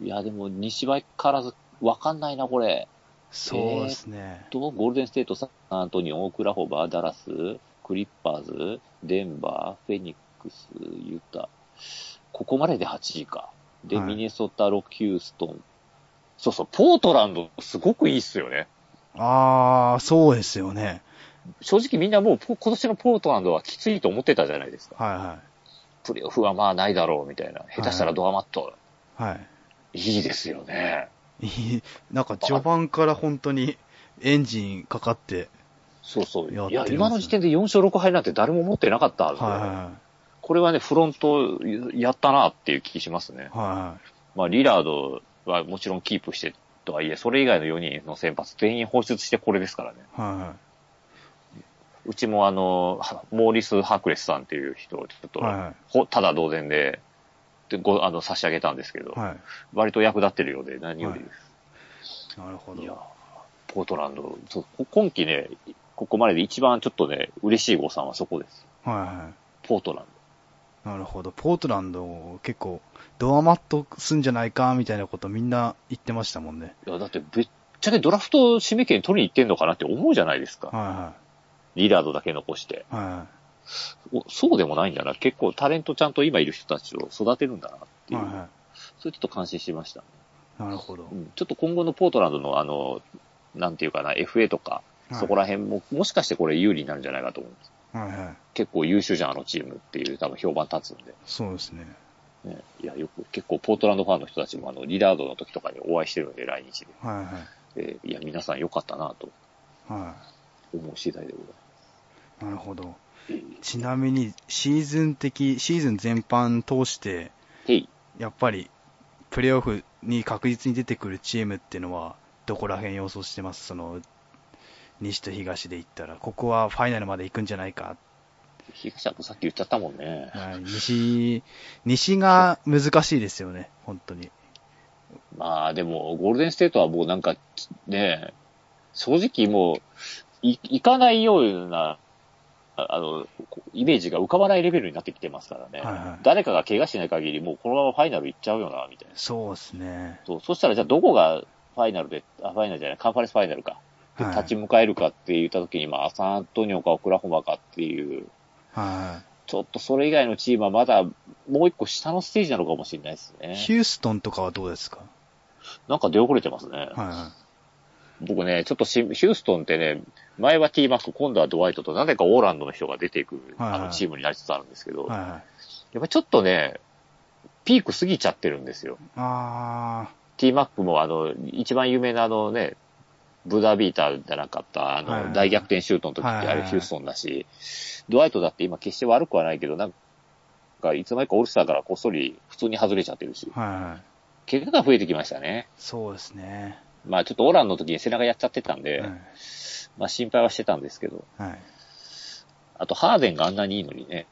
A: い。
B: いや、でも、西相変わらず、わかんないな、これ。
A: そうですね。
B: と、ゴールデンステート、サンアントニオ、オークラホバー、ダラス、クリッパーズ、デンバー、フェニックス、ユタ。ここまでで8位か。で、
A: はい
B: ミネソタ、ロキューストン。そうそう、ポートランド、すごくいいっすよね。
A: ああ、そうですよね。
B: 正直みんなもうポ今年のポートランドはきついと思ってたじゃないですか。
A: は
B: プレーオフはまあないだろうみたいな。下手したらドアマット。
A: いはい。はい
B: いいですよね。
A: いい。なんか序盤から本当にエンジンかかって、
B: そうそう。い
A: や
B: や
A: ってますね
B: 今の時点で4勝6敗なんて誰も持ってなかったはずで、
A: は
B: これはね、フロントやったなっていう気しますね
A: いはい。。は
B: まあ、リラードはもちろんキープしてとはいえ、それ以外の4人の先発全員放出してこれですからね。
A: いはい。は
B: うちもあの、はモーリス・ハクレスさんっていう人をちょっと、
A: い。は
B: ほただ同然で、でごあの差し上げたんですけ
A: い。
B: ど、
A: は
B: 割と役立ってるようで何よりです。
A: い。なるほ
B: い、やー
A: ど。
B: ポートランド、そうこ今季ね、ここまでで一番ちょっとね、嬉しい誤算はそこです。
A: はいは
B: ポートラン
A: い。なるほど。ポートランド結構ドアマットすんじゃないかみたいなことみんな言ってましたもんね。
B: ド。いや、だってぶっちゃけドラフト締め券取りに行ってんのかなって思うじゃないですか。
A: は
B: リラードだけ残して。
A: いはい。は
B: おそうでもないんだな。結構タレントちゃんと今いる人たちを育てるんだなって
A: い。
B: いう。
A: はいは
B: それちょっと感心しました、ね
A: い。なるほど
B: う。ん。ちょっと今後のポートランドのあの、なんていうかな、FA とか、そこら辺も、もしかしてこれ有利になるんじゃないかと思うんです。
A: はいはい。
B: 結構優秀じゃん、あのチームっていう、多分評判立つんで。
A: そうですね。
B: ね、いや、よく、結構ポートランドファンの人たちも、あの、リラードの時とかにお会いしてるんで、来日で。
A: はい
B: えーいや、皆さん良かったなと
A: はい。は
B: 思う次第でござ
A: い。な
B: いま
A: るほど。
B: す。
A: ちなみにシーズン的、シーズン全般通して、
B: へい。
A: やっぱりプレーオフに確実に出てくるチームっていうのはどこら辺予想してますその西と東で言ったらここはファイナルまで行くんじゃないか、
B: 東山君さっき言っちゃったもんね。
A: はい、西西が難しいですよね本当に
B: まあ、でも、ゴールデンステートはもうなんか、きねえ正直もう、い、いかないような、ああの、こイメージが浮かばないレベルになってきてますからね。
A: はいはい
B: 誰かが怪我しない限り、もうこのままファイナル行っちゃうよな、みたいな。
A: そうですね
B: そう、そしたらじゃあどこがファイナルで、あ、ファイナルじゃない、カンファレンスファイナルか。で
A: はい
B: 立ち向かえるかって言った時に、まあ、サンアントニオかオクラホマかっていう、
A: は
B: ちょっとそれ以外のチームはまだもう一個下のステージなのかもしれないです
A: い
B: ね。
A: ヒューストンとかはどうですか
B: なんか出遅れてますね。
A: はいは
B: 僕ね、ちょっとしヒューストンってね、前はティーマック、今度はドワイトと、なぜかオーランドの人が出ていく、
A: はいはい
B: あのチームになりつつあるんですけど、
A: いはいはい
B: やっぱりちょっとね、ピーク過ぎちゃってるんですよ。
A: あ
B: ティーマックもあの、一番有名なあのね、ブダビーターじゃなかった、あ
A: はいはい
B: の、大逆転シュートの時って
A: はい
B: あ
A: はいはい
B: れヒューストンだし、ドワイトだって今決して悪くはないけど、なんか、いつの間にかオールスターからこっそり普通に外れちゃってるし
A: ー、はいはい
B: 怪我が増えてきましたね。
A: そうですね
B: まあちょっとオランの時に背中やっちゃってたんで、
A: はい
B: まあ心配はしてたんですけど、
A: はい
B: あとハーデンがあんなにいいのにね。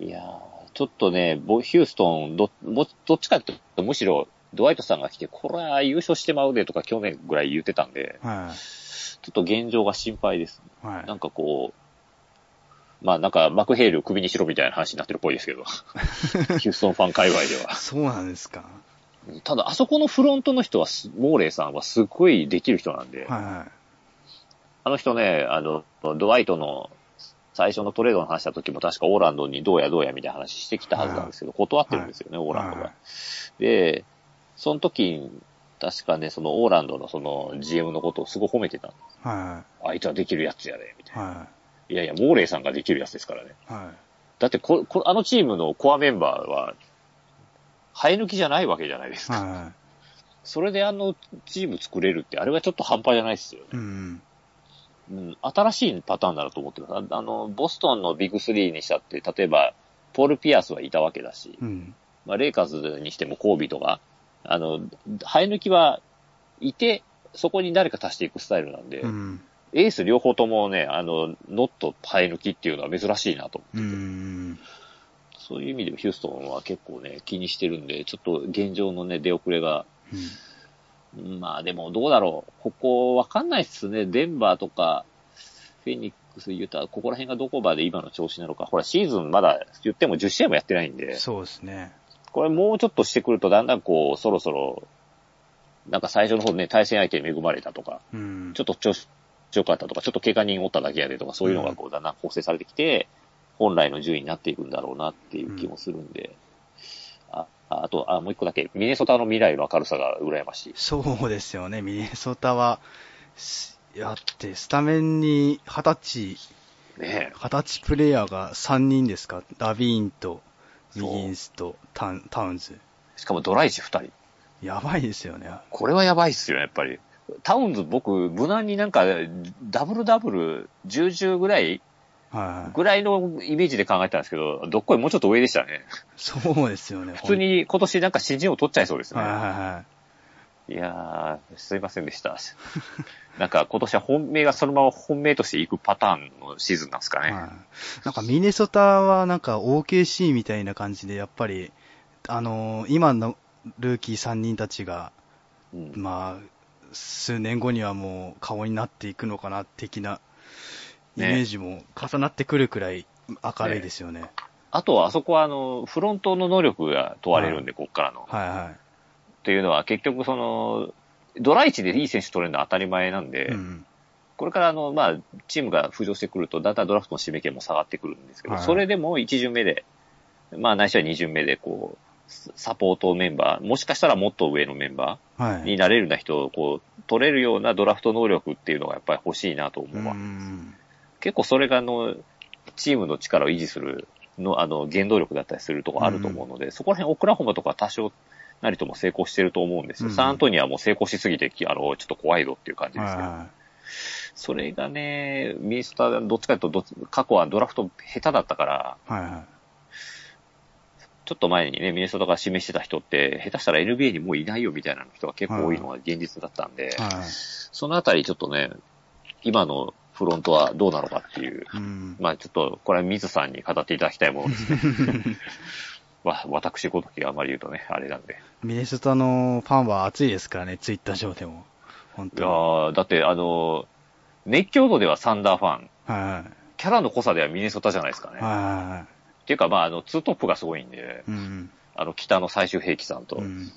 B: いやー、ちょっとね、ボヒューストン、ど、もどっちかっていうとむしろ、ドワイトさんが来て、これは優勝してまうでとか去年ぐらい言ってたんで、
A: はい
B: ちょっと現状が心配です。
A: はい
B: なんかこう、まあなんかマクヘールを首にしろみたいな話になってるっぽいです けど、ヒューストンファン界隈では。
A: そうなんですか
B: ただ、あそこのフロントの人はす、モーレーさんはすっごいできる人なんで、
A: はいはい
B: あの人ね、あの、ドワイトの最初のトレードの話した時も確かオーランドにどうやどうやみたいな話してきたはずなんですけど、断ってるんですよね、オーランド
A: はい
B: が。で、その時、確かね、そのオーランドのその GM のことをすごい褒めてた。
A: は
B: あいつはできるやつやで、みたい
A: いはい
B: いやいや、モーレイさんができるやつですからね。
A: は
B: だってこ、こあのチームのコアメンバーは、生え抜きじゃないわけじゃないです
A: い。
B: か。
A: は
B: それであのチーム作れるって、あれはちょっと半端じゃないですよね。
A: い。うん。
B: うん、新しいパターンだなと思ってます。ああの、ボストンのビッグスリーにしたって、例えば、ポール・ピアスはいたわけだし、
A: うん。
B: まあ、レイカーズにしてもコービーとか、あの、生え抜きはいて、そこに誰か足していくスタイルなんで、
A: うん。
B: エース両方ともね、あの、ノット生え抜きっていうのは珍しいなと。
A: うん。
B: そういう意味でもヒューストンは結構ね、気にしてるんで、ちょっと現状のね、出遅れが、
A: うん
B: まあでもどうだろう。ここわかんないっすね。デンバーとか、フェニックス、ユタ、ここら辺がどこまで今の調子なのか。ほら、シーズンまだ言っても10試合もやってないんで、
A: そうですね。
B: これもうちょっとしてくるとだんだんこう、そろそろ、なんか最初の方ね、対戦相手に恵まれたとか、
A: うん。
B: ちょっと調子良かったとか、ちょっと怪我人おっただけやでとか、そういうのがこう、だんだん構成されてきて、本来の順位になっていくんだろうなっていう気もするんで、あ、ああと、あ、もう一個だけ、ミネソタの未来の明るさが羨ましい。
A: そうですよね。ミネソタは、すやって、スタメンに20歳、
B: ねえ。
A: 20歳プレイヤーが3人ですかラビーンと、ウ
B: そう
A: ィギンスとタウンタウンズ。
B: しかもドライチ二人。
A: やばいですよね。
B: これはやばいっすよ、やっぱり。タウンズ僕、無難になんか、ダブルダブル、10-10ぐらい
A: はい。
B: ぐらいのイメージで考えてたんですけど、どっこいもうちょっと上でしたね。
A: そうですよね。
B: 普通に今年なんか新人を取っちゃいそうです
A: ほん。
B: ね
A: はい。はいはい。
B: いやー、すいませんでした。 なんか今年は本命がそのまま本命としていくパターンのシーズンなんですかね。
A: はい、なんかミネソタはなんか OKC みたいな感じで、やっぱり、あのー今のルーキー3人たちが、
B: うん
A: まあ、数年後にはもう顔になっていくのかな、的なイ
B: ね
A: メージも重なってくるくらい明るいですよね。
B: あとはあそこはあの、フロントの能力が問われるんで、こっからの。
A: はいは
B: というのは結局その、ドライチでいい選手取れるのは当たり前なんで、
A: い。うん。
B: これからあの、まあ、チームが浮上してくると、だんだんドラフトの締め切りも下がってくるんですけど、
A: はい
B: それでも1巡目で、まあ、ないしは2巡目で、こう、ササポートメンバー、もしかしたらもっと上のメンバ
A: は
B: ー
A: い。
B: になれるような人を、こう、取れるようなドラフト能力っていうのがやっぱり欲しいなと思
A: う
B: うわ。
A: ん。
B: 結構それが、あの、チームの力を維持するの、あの、原動力だったりするとこあると思うので、そこら辺オクラホマとか多少なりとも成功してると思うんですよ。
A: うん
B: サンアントニアも成功しすぎて、きあの、ちょっと怖いぞっていう感じ
A: は
B: で
A: い
B: すけど。
A: は
B: それがね、ミネソタ、どっちかというとどっち、過去はドラフト下手だったから、
A: い。はいは
B: ちょっと前にね、ミネソタが示してた人って、下手したら NBA にもういないよみたいな人が結構多いのが現実だったんで
A: い。、は
B: そのあたりちょっとね、今のフロントはどうなのかっていう、
A: い。うん。
B: まあちょっと、これは水さんに語っていただきたいものですね。 わ私ごときがあまり言うとね、あれなんで。
A: ミネソタのファンは熱いですからね、ツイッター上でも。本
B: いや
A: 当
B: ーだってあの、熱狂度ではサンダーファン、
A: に。は
B: キャラの濃さではミネソタじゃないですか
A: い。
B: ね。
A: は
B: っていうか、まあ、あの、ツートップがすごいんで、
A: い。うん。
B: あの、北の最終兵器さんと、
A: うん。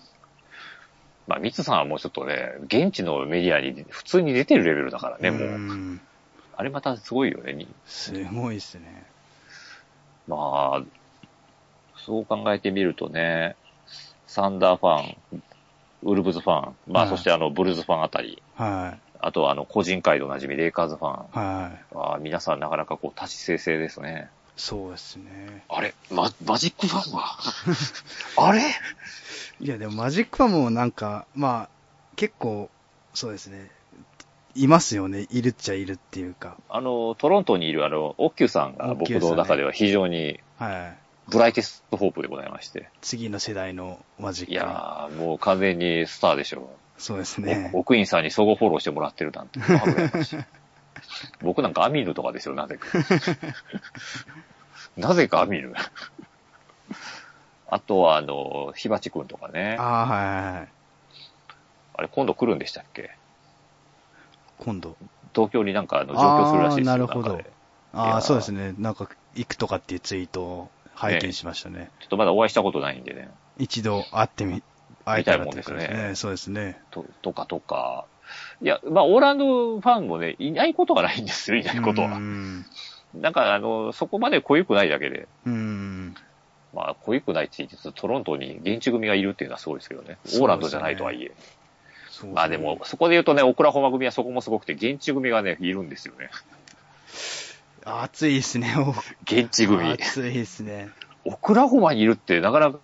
B: まあ、ミツさんはもうちょっとね、現地のメディアに普通に出てるレベルだからね、もう。
A: ん
B: あれまたすごいよね。に
A: すごいですね。
B: まあ、そう考えてみるとね、サンダーファン、ウルブズファン、ま
A: う
B: あ、
A: ん
B: そしてあの、ブルーズファンあたり、
A: は
B: あとはあの、個人会でおなじみ、レイカーズファン
A: い。。はい。
B: ああ皆さんなかなかこう、多種生成ですね。
A: そうですね。
B: あれマ、マジックファンは あれ
A: いや、でもマジックはもうなんか、まあ、結構、そうですね。いますよね。いるっちゃいるっていうか。
B: あの、トロントにいるあの、オッキュさんが僕の中では非常に
A: はい。
B: ブライテストホープでございまして。
A: 次の世代のマジック。
B: いやー、もう完全にスターでしょ
A: そうです
B: う。
A: ね。
B: 奥院さんに相互フォローしてもらってるなん て、まあ羨ましい僕なんかアミルとかですよ、なぜ か。なぜかアミル。あとは、あの、ひばちくんとかね。あ
A: ああ、はいはいはい。
B: れ、今度来るんでしたっけ
A: 今度。
B: 東京になんか、あの、上京するらしいですよ。
A: あーなるほど
B: なんかねい
A: あ
B: やー
A: あ、そうですね。なんか、行くとかっていうツイートを拝見しましたね。
B: ちょっとまだお会いしたことないんでね。
A: 一度会ってみ、会えたらっていうか
B: 見たいもんです
A: ね。そうですね。
B: と、とかとか。いや、まあ、オーランドファンもね、いないことがないんですよ、いないこと
A: う
B: は。
A: ん。
B: なんか、あの、そこまで濃ゆくないだけで。
A: うん。
B: まあ、濃くないって言って、トロントに現地組がいるっていうのはすごいですけどね。
A: そうですね
B: オーランドじゃないとはいえ。
A: そうすね
B: まあでも、そこで言うとね、オクラホマ組はそこもすごくて、現地組がね、いるんですよね。
A: 暑いです ね、お
B: 現地組。
A: 暑いですね。
B: オクラホマにいるって、なかなか、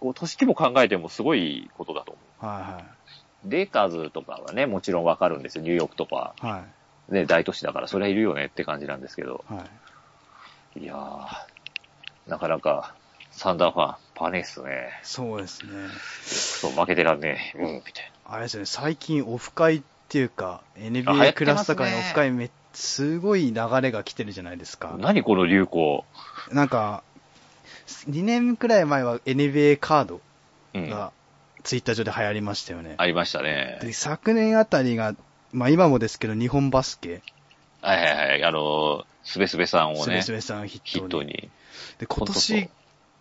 B: こう、都市規模考えてもすごいことだと思
A: は
B: う。レイカーズとかはね、もちろんわかるんですよ。ニューヨークとか、
A: いはい。は
B: ね、大都市だから、それはいるよねって感じなんですけど。
A: い。はい。
B: いやー、なかなか、サンダーファン、パネっすね。
A: そうですね。
B: そう、負けてらんねえ。うん、みたい
A: あれですよね、最近オフ会っていうか、
B: あ流行ってます
A: NBA
B: ね
A: クラスとかにオフ会め、すごい流れが来てるじゃないですか
B: な。。何この流行。
A: なんか、2年くらい前は NBA カード
B: うん。
A: がツイッター上で流行りましたよね。
B: ありましたね。
A: で昨年あたりが、まあ今もですけど、日本バスケ、
B: はいはいはい。あのー、すべすべさんを
A: す
B: ね
A: べ、すべさん筆
B: ヒ
A: 頭
B: ッ
A: に。
B: トに、
A: で、今
B: ほん
A: 年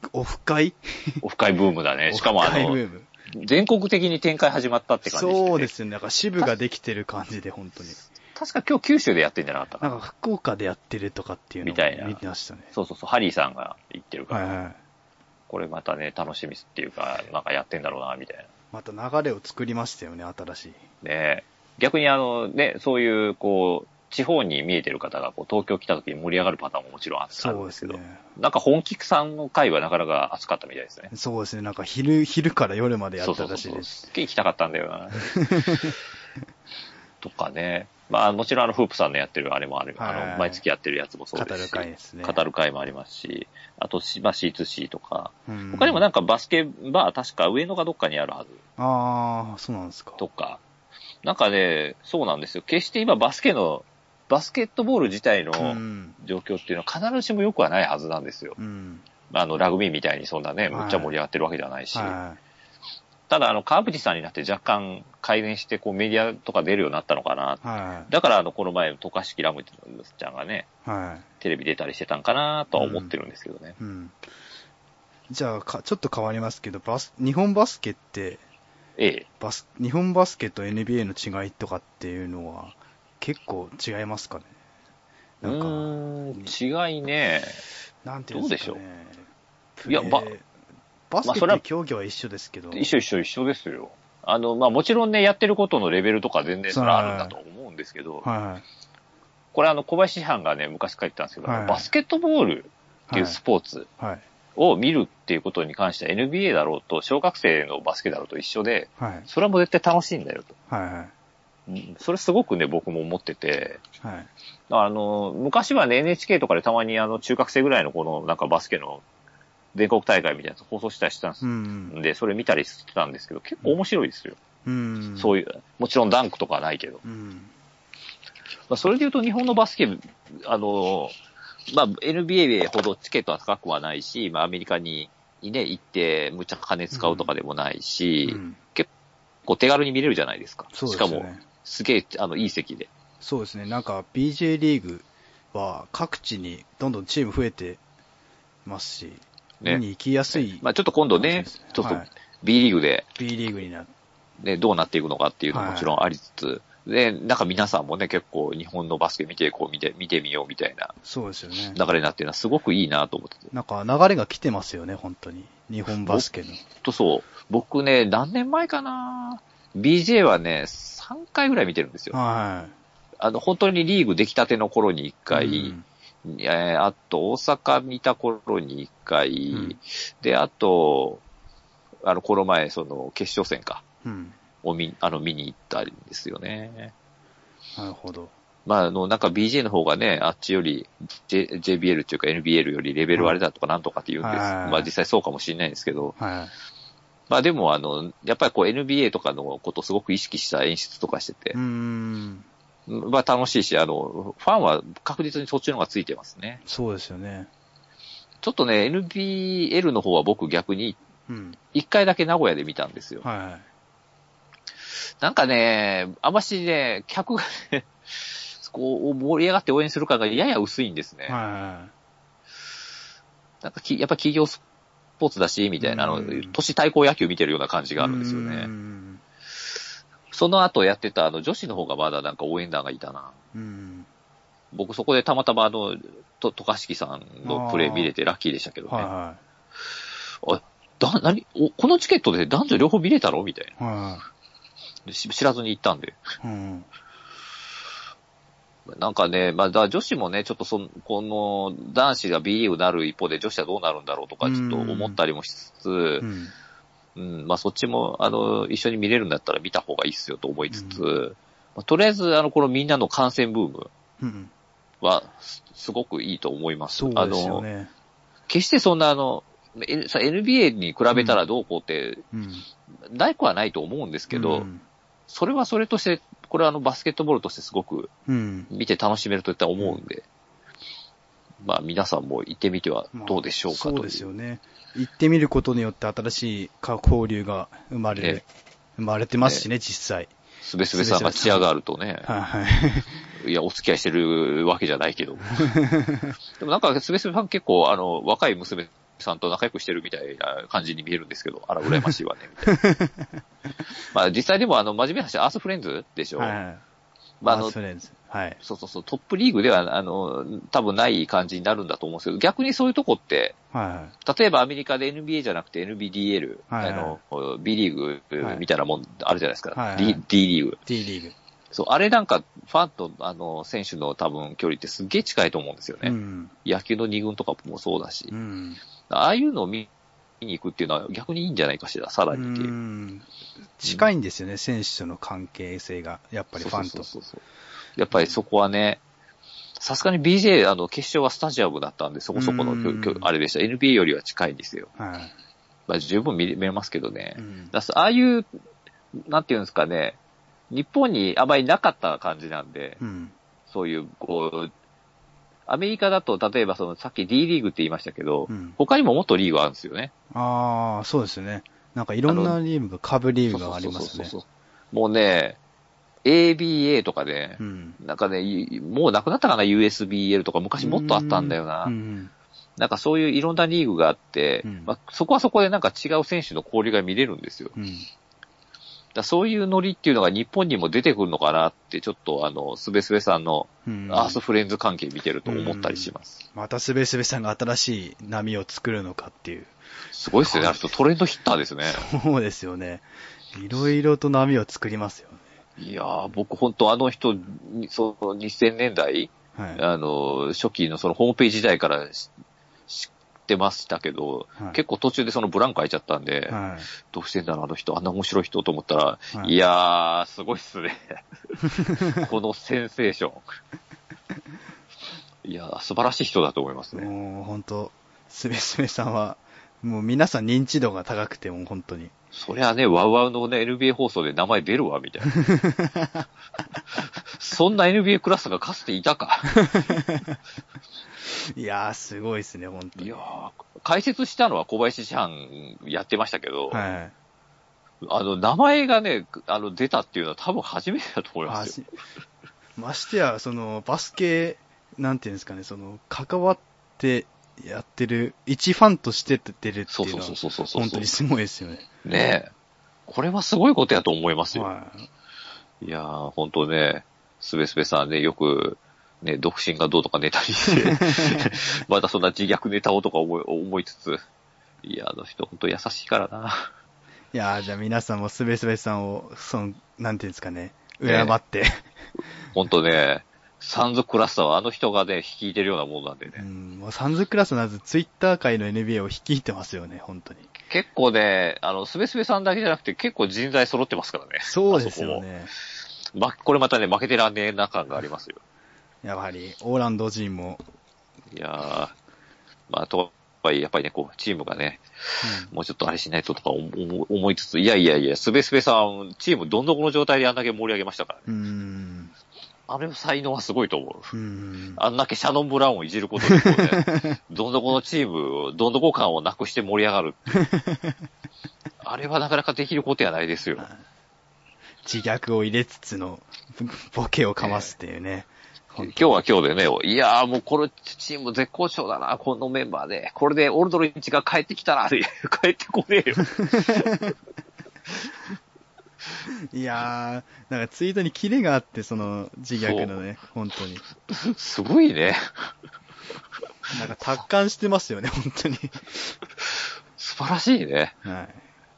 B: と、
A: オフ会
B: オフ会ブーム だね。しかも
A: オ
B: あ
A: フ会ブ
B: の、
A: ーム
B: 全国的に展開始まったって感じして、ね。
A: そうで。すよね。なんか支部ができてる感じで、本当に。
B: 確か今日九州でやってんじゃなかったか
A: な
B: なん
A: か福岡でやってるとかっていうの
B: みたいな
A: を見てましたね。
B: そうそうそう、ハリーさんが行ってるか
A: は
B: ら、
A: いはい。
B: これまたね、楽しみっていうか、なんかやってんだろうな、みたいな。
A: また流れを作りましたよね、新しい。
B: ね逆にあの、ね、そういう、こう、地方に見えてる方が、こう、東京来た時に盛り上がるパターンももちろんあった
A: そ
B: ん
A: う
B: で
A: です
B: け
A: す
B: ど、
A: ね。
B: なんか本気さんの会はなかなか熱かったみたいですね。
A: そうですね。なんか昼、昼から夜までや
B: そ
A: っ
B: うそ
A: た
B: うそ
A: らしいう
B: うそ。
A: です。
B: すっげえ行きたかったんだ よな。とかね。まあ、もちろんあの、フープさんのやってるあれもある。
A: はい
B: あの、毎月やってるやつもそう
A: 語
B: です
A: る
B: し。
A: 会ですね。
B: 語る会もありますし、あと、しまあ、C2C とか、
A: うん
B: 他にもなんかバスケバー、確か上野がどっかにあるはず
A: ああ、そうなんですか。
B: とか、なんかね、そうなんですよ。決して今バスケの、バスケットボール自体の
A: うん。
B: 状況っていうのは必ずしも良くはないはずなんですよ。
A: うん。
B: あの、ラグビーみたいにそんな
A: は
B: ね、
A: い
B: むっちゃ盛り上がってるわけじゃないし、
A: は
B: ただあの、川淵さんになって若干改善して、こうメディアとか出るようになったのかな。
A: い。は
B: だからあの、この前、渡嘉敷ラムちゃんがね、
A: い。は
B: テレビ出たりしてたんかなとは思ってるんですけどね。
A: い。うん。じゃあか、ちょっと変わりますけど、バス、日本バスケって、
B: ええ。
A: バス、日本バスケと NBA の違いとかっていうのは、結構違いますかね。
B: う
A: なんか、
B: ーん、違いね。
A: なんていうんですか
B: どう
A: ね。
B: いや
A: プレー
B: ば
A: バス
B: まあ
A: ケ
B: それ
A: っ
B: は
A: て競技は一緒ですけど。
B: 一緒一緒一緒ですよ。あの、まあ、もちろんね、やってることのレベルとか全然それはあるんだと思うんですけど、
A: は
B: これあの、小林藩がね、昔書いてたんですけど、
A: はい
B: バスケットボールっ
A: い。
B: ていうスポーツ
A: はい。はい。
B: を見るっていうことに関しては NBA だろうと、小学生のバスケだろうと一緒で、
A: はい。
B: それはもう絶対楽しいんだよと。
A: はい。はい。
B: うんそれすごくね、僕も思ってて、
A: はい。
B: あの、昔はね、NHK とかでたまにあの、中学生ぐらいのこの、なんかバスケの全国大会みたいなやつ放送したりしたんです
A: う、ん。
B: で、それ見たりしてたんですけど、結構面白いですよ。
A: うん。
B: そうういう、もちろんダンクとかはないけど。
A: いう。ん。
B: まあ、それで言うと日本のバスケ、あの、まあ、NBA ほどチケットは高くはないし、まあ、アメリカに、ね、行って、むちゃ金使うとかでもないし、
A: うん
B: こう手軽に見れるじゃないですか。
A: そう
B: し
A: で
B: か
A: すよ
B: も、
A: ね。
B: すげえ、あの、いい席で。
A: そうですね。なんか BJ リーグは各地にどんどんチーム増えてますし、
B: ね
A: 見に行きやすい。
B: まあ、ちょっと今度ね、ちょっと
A: はい
B: B リーグで、
A: B リーグになる。
B: ね、どうなっていくのかっていうのも
A: はい
B: もちろんありつつ、で、なんか皆さんもね、結構日本のバスケ見て、こう見て、見てみようみたいな
A: そうですよね。
B: 流れになってるのはすごくいいなと思ってて。
A: なんか流れが来てますよね、本当に。日本バスケの。
B: ほんとそう。僕ね、何年前かな BJ はね、3回ぐらい見てるんですよ。
A: は
B: あの、本当にリーグ出来たての頃に1
A: い。
B: 回、
A: うん
B: えーあと、大阪見た頃に1回、
A: うん
B: で、あと、あの、この前、その、決勝戦か、
A: うん。
B: を見、あの、見に行ったんですよね。
A: なるほど。
B: まあ、あの、なんか BJ の方がね、あっちより、J、JBL っていうか NBL よりレベルあれだとかなんとかって言うんです。
A: はいはいはい
B: まあ、実際そうかもしれないんですけど、
A: はい。
B: まあでもあの、やっぱりこう NBA とかのことをすごく意識した演出とかしてて
A: うー、ん。
B: まあ楽しいし、あの、ファンは確実にそっちの方がついてますね。
A: そうですよね。
B: ちょっとね、NBL の方は僕逆に
A: うん。
B: 一回だけ名古屋で見たんですよ。
A: はいはい。
B: なんかね、あんましね、客がね、こう盛り上がって応援する感がやや薄いんですね。
A: は
B: なんかきやっぱ企業スポーツだし、みたいな、あの
A: うん、
B: 都市対抗野球見てるような感じ
A: い。
B: があるんですよ
A: うー
B: ね。
A: ん
B: その後やってたあの女子の方がまだなんか応援団がいたな。
A: うん。
B: 僕そこでたまたまあの、と、とかしきさんのプレイ見れてラッキーでしたけどね。
A: はいは
B: だ、なに、お、このチケットで男女両方見れたのみたい
A: い。は
B: な。し知らずに行ったんで。
A: いはい。うん。
B: なんかね、まあ、だから女子もね、ちょっとその、この男子が B リーグになる一方で女子はどうなるんだろうとか、ちょっと思ったりもしつつ、
A: うん。
B: うん、まあそっちも、あの、一緒に見れるんだったら見た方がいいっすよと思いつつ、まあとりあえず、あの、このみんなの感染ブーム
A: うん。
B: は、すすごくいいと思います。
A: そうですよ
B: あの、
A: ね。
B: 決してそんなあの、N- さ NBA に比べたらどうこうって、
A: うん。
B: ないくはないと思うんですけ
A: う
B: ど、
A: ん
B: それはそれとして、これはあの、バスケットボールとしてすごく
A: うん。
B: 見て楽しめるといったら思うんで、まあ皆さんも行ってみてはどうでしょうか
A: ま
B: とい
A: あ
B: う。
A: そうですよね。行ってみることによって新しい交流が生まれる
B: ね。
A: 生まれてますしね、実際。
B: すべすべさんがチアがあるとね、
A: はいはい。
B: いや、お付き合いしてるわけじゃないけ ど。でもなんか、すべすべさん結構、あの、若い娘さんと仲良くしてるみたいな感じに見えるんですけど、あら、羨ましいわね、みたい な。まあ、実際でも、あの、真面目な話、アースフレンズでしょ、
A: はいはい。
B: まあ、
A: ワ
B: あ
A: ー
B: の
A: ス、トレンズはい。
B: そうそうそう、トップリーグでは、あの、多分ない感じになるんだと思うんですけど、逆にそういうとこって、
A: はいはい。
B: 例えばアメリカで NBA じゃなくて NBDL、
A: はいはい
B: あの、B リーグみたいなもんあるじゃないですか、
A: はいはい
B: D, D リーグ。
A: D リーグ。
B: そう、あれなんか、ファンと、あの、選手の多分距離ってすっげえ近いと思うんですよね。
A: うん。
B: 野球の二軍とかもそうだし、
A: うん。
B: ああいうのを見に行くっていうのは逆にいいんじゃないかしら、さら
A: う
B: にっていう。
A: ん近いんですよね、選手との関係性が、やっぱりファン
B: そう
A: と。
B: そうそうそうやっぱりそこはね、さすがに BJ、あの、決勝はスタジアムだったんで、そこそこの距離、
A: うん
B: 距離あれでした。NBA よりは近いんですよ。
A: はい
B: まあ、十分見れ見れますけどね。
A: うん
B: だからああいう、なんていうんですかね、日本にあまりなかった感じなんで、
A: うん
B: そういう、こう、アメリカだと、例えばその、さっき D リーグって言いましたけど、
A: うん
B: 他にももっとリーグあるんですよね。
A: ああ、そうですよね。なんかいろんなリーグが、株リーグがあります
B: そう
A: ね
B: そ。うそうそうもうね、ABA とかね
A: う、ん。
B: なんかね、いもうなくなったかな、USBL とか、昔もっとあったんだよな。
A: うん。
B: なんかそういういろんなリーグがあって、
A: うん
B: まあ、そこはそこでなんか違う選手の交流が見れるんですよ。だか
A: うん。
B: らそういうノリっていうのが日本にも出てくるのかなって、ちょっとあの、すべすべさんの
A: うん
B: アースフレンズ関係見てると思ったりします。
A: またスベスベさんが新しい波を作るのかっていう。
B: すごいですね。あの人トレンドヒッターですね。
A: そうですよね。いろいろと波を作りますよね。
B: いやー、僕本当あの人、にその2000年代、
A: はい。
B: あの、初期のそのホームページ時代からし知ってましたけど、
A: はい
B: 結構途中でそのブランク空いちゃったんで、
A: はい。
B: どうしてんだろう、あの人、あんな面白い人と思ったら、
A: はい
B: い、やー、すごいっ すね。このセンセーション。いやー、素晴らしい人だと思いますね。
A: もう本当、すべすべさんは、もう皆さん認知度が高くて、もう本当に。
B: そりゃね、ワウワウのね、NBA 放送で名前出るわ、みたいな。 そんな NBA クラスがかつていたか。
A: いやー、すごいですね、本当
B: い
A: に。
B: やー解説したのは小林師範やってましたけど、
A: はい。
B: あの、名前がね、あの、出たっていうのは多分初めてだと思いま
A: ます
B: よ。
A: ましてや、その、バスケ、なんていうんですかね、その、関わってやってる、一ファンとして出てるって
B: そう
A: いう
B: そう
A: のは
B: そう、そうそうそう。
A: 本当にすごいですよね。
B: ねえ。これはすごいことやと思いますよ。
A: はい。
B: い、やー、本当ね、すべすべさんね、よく、ね、独身がどうとかネタに して、またそんな自虐ネタをとか思い思いつつ、いや、あの人本当優しいからな。
A: いやー、じゃあ皆さんもすべすべさんを、その、なんていうんですかね、
B: ね
A: 敬って、
B: 本当ね、サンズクラスターはあの人がね、率いてるようなもんなんでね。
A: うん、もうサンズクラスなず、ツイッター界の NBA を率いてますよね、本当に。
B: 結構ね、あの、すべすべさんだけじゃなくて結構人材揃ってますからね。
A: そうですよね。
B: あそこも。ま、これまたね、負けてらんねえな感がありますよ。
A: やはり、オーランド人も、
B: いやー、まあ、とはいえ、やっぱりね、こう、チームがね、もうちょっとあれしないととか思思思いつつ、いやいやいや、すべすべさん、チームどん底の状態であんだけ盛り上げましたからね。
A: うん、うん、
B: あれの才能はすごいと思う。
A: うん、
B: あんだけシャノン・ブラウンをいじることでこ う、ね、どん底のチームを、どん底感をなくして盛り上がるっていうあれはなかなかできることやないですよ。
A: 自虐を入れつつの、ボボケをかますっていうね。
B: 今日は今日でね、いやーもうこのチーム絶好調だな、このメンバーで。これでオルドリッチが帰ってきたら、 いや帰ってこねえよ。
A: いやー、なんかツイートにキレがあって、その自虐のね、本当に。
B: すごいね。
A: なんか達観してますよね、本当に。
B: 素晴らしいね。
A: は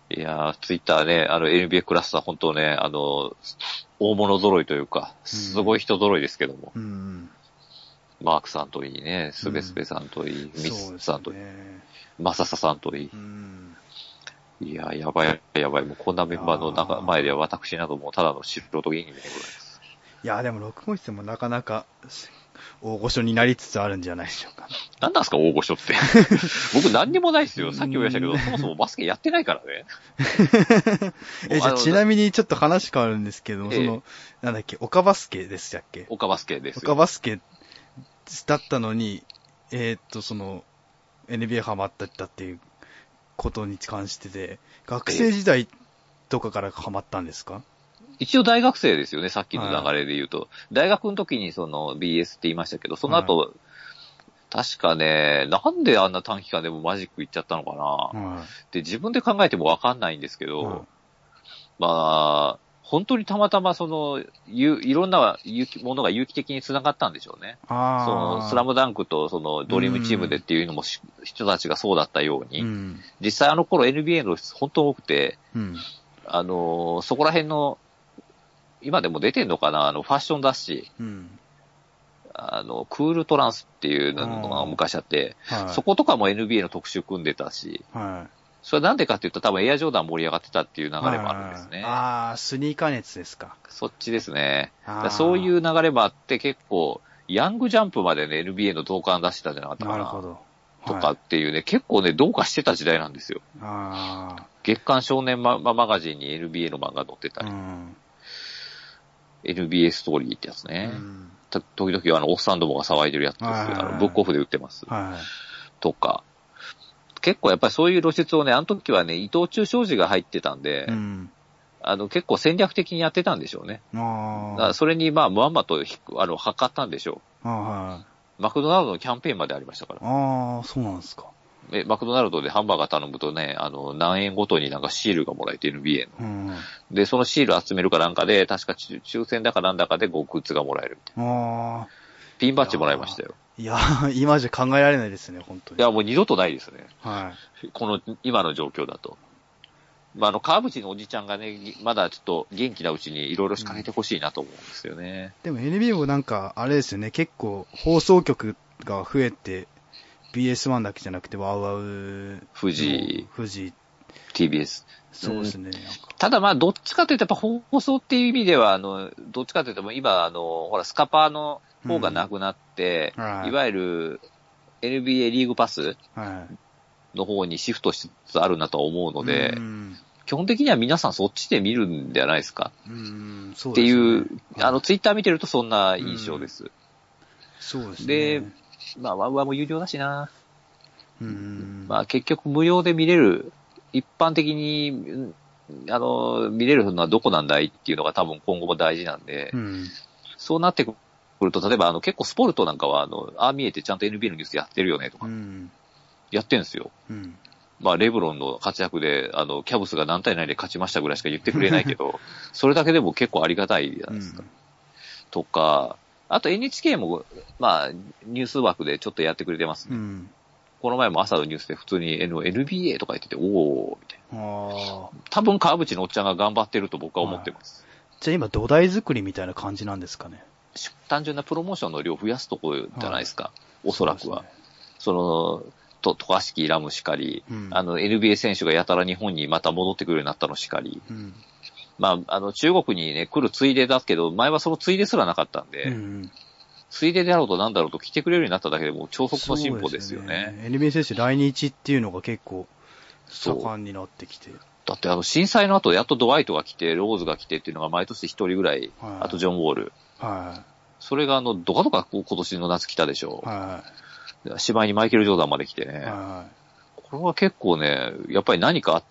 A: い。
B: いやー、ツイッターね、あの NBA クラスター本当ね、あの、大物揃いというか、すごい人揃いですけども、
A: うんうん、
B: マークさんといいね、スベスベさんといい、ミ
A: そう
B: ス
A: です
B: さんといい、
A: ね。
B: マササさんといい、
A: うん、
B: いや、やばい、やばい、もうこんなメンバーの
A: あ
B: 中
A: ー
B: 前では私などもうただの素人芸人でございます。
A: いや、でも6号室もなかなか大御所になりつつあるんじゃないでしょうか。
B: 何なんすか、大御所って。 僕何にもないですよ。さっきも言いましたけど、そもそもバスケやってないからね。
A: え、じゃあ
B: あの
A: ちなみにちょっと話変わるんですけども、
B: ええ
A: その、なんだっけ、岡バスケでしたっけ
B: 岡バスケです
A: 岡
B: よ。
A: バスケだったのに、えーっと、その、NBA ハマってったっていうことに関してで、学生時代とかからハマったんですか、
B: 一応大学生ですよね、さっきの流れで言うと。大学の時にその BS って言いましたけど、その後、確かね、なんであんな短期間でもマジック行っちゃったのかな、
A: は
B: って自分で考えてもわかんないんですけ
A: い
B: ど、
A: は
B: まあ、本当にたまたまその、ゆいろんな有機ものが有機的に繋がったんでしょうね。
A: い。あ
B: そ
A: あ。
B: の、スラムダンクとその、ドリームチームでっていうのもし、人たちがそうだったように、
A: うん。
B: 実際あの頃 NBA の本当多くて、
A: うん。
B: あのーそこら辺の、今でも出てんのかなあの、ファッション雑誌、
A: うん。
B: あの、クールトランスっていうのが
A: うん
B: 昔あって、
A: はい。
B: そことかも NBA の特集組んでたし、
A: は
B: それはなんでかっていうと多分エアジョーダン盛り上がってたっていう流
A: い。
B: れもあるんですね。
A: ああ、スニーカー熱ですか。
B: そっちですね。だ
A: あ
B: か
A: ー
B: らそういう流れもあって結構、ヤングジャンプまでね、NBA の同感出してたんじゃなかったか
A: な
B: な。
A: るほど。
B: とか
A: は
B: っ
A: い、
B: ていうね、結構ね、どうかしてた時代なんですよ。
A: あ
B: 月刊少年マママガジンに NBA の漫画載ってた
A: あ。うん。
B: り、NBA ストーリーってやつ
A: う
B: ね。
A: ん。
B: た時々あの、おっさんどもが騒いでるやつですよ。
A: はいはいはい
B: あの、ブックオフで売ってます。
A: はい。
B: とか。結構やっぱりそういう露出をね、あの時はね、伊藤忠商事が入ってたんで、
A: うん。
B: あの、結構戦略的にやってたんでしょうね。だか
A: あ
B: らそれにまあ、まんまとひっあの、測ったんでしょ
A: あ。はい。
B: う。マクドナルドのキャンペーンまでありましたから。
A: ああ、そうなんですか。
B: え、マクドナルドでハンバーガー頼むとね、あの、何円ごとになんかシールがもらえて NBA
A: う
B: の。
A: ん。
B: で、そのシール集めるかなんかで、確か抽抽選だかなんだかでこうグッズがもらえるみたいな。
A: ああ。
B: ピンバッジもらいましたよ。
A: いや ー、今じゃ考えられないですね、本当
B: い
A: に。
B: や、もう二度とないですね。
A: は
B: この、今の状況だと。まあ、あの、川淵のおじちゃんがね、ぎまだちょっと元気なうちにいろいろ仕掛けてほしいなと思うんですよね。
A: い。でも NBA もなんか、あれですよね、結構放送局が増えて、BS1 だけじゃなくて、ワウワウ、
B: 富士、
A: 富士、
B: TBS。
A: そうですね、なんか。
B: ただまあ、どっちかというとやっぱ放送っていう意味では、あの、どっちかというと今、あの、ほら、スカパーの方がなくなって、
A: うんはい
B: いわゆる NBA リーグパス
A: はい。
B: の方にシフトしつつあるなとは思うので、
A: うん、
B: 基本的には皆さんそっちで見るんじゃないですか
A: うん、そ
B: っ
A: う
B: て
A: です
B: い
A: ね
B: う、あの、
A: はい
B: ツイッター見てるとそんな印象です。
A: そうですね。
B: でまあ、ワンワンも有料だしな。
A: うん、
B: まあ、結局無料で見れる、一般的に、うんあの、見れるのはどこなんだいっていうのが多分今後も大事なんで、
A: うん、
B: そうなってくると、例えばあの、結構スポルトなんかは、あの、ああ見えてちゃんと NBA のニュースやってるよねと
A: う
B: か、
A: ん、
B: やってんすよ。
A: うん。
B: まあ、レブロンの活躍で、あの、キャブスが何対何で勝ちましたぐらいしか言ってくれないけど、 それだけでも結構ありがたいじゃないですか。とか、あと NHK も、まあ、ニュース枠でちょっとやってくれてます、
A: う
B: ね
A: ん。
B: この前も朝のニュースで普通に N- NBA とか言ってて、おおみたいな。
A: ああ。
B: 多分川淵のおっちゃんが頑張ってると僕は思ってます。
A: じゃあ今、土台作りみたいな感じなんですかね。
B: 単純なプロモーションの量増やすとこじゃないですか。おそらく
A: そう
B: は。
A: ですね
B: その、と、渡嘉敷ラムしかり、
A: うん
B: あの、NBA 選手がやたら日本にまた戻ってくるようになったのしかり、
A: うん。
B: まあ、あの、中国にね、来るついでだけど、前はそのついですらなかったんで、
A: うん
B: ついでであろうとなんだろうと来てくれるようになっただけでも、超速の進歩ですよね。
A: そうですね NBA 選手来日っていうのが結構
B: そう
A: 盛んになってきて。
B: だってあの、震災の後、やっとドワイトが来て、ローズが来てっていうのが毎年一人ぐらい、
A: はい
B: あとジョン・ウォール。
A: は
B: それがあの、ドカドカ今年の夏来たでしょ
A: い。。は
B: しまいにマイケル・ジョーダンまで来て
A: い。
B: ね。
A: はい。
B: これは結構ね、やっぱり何か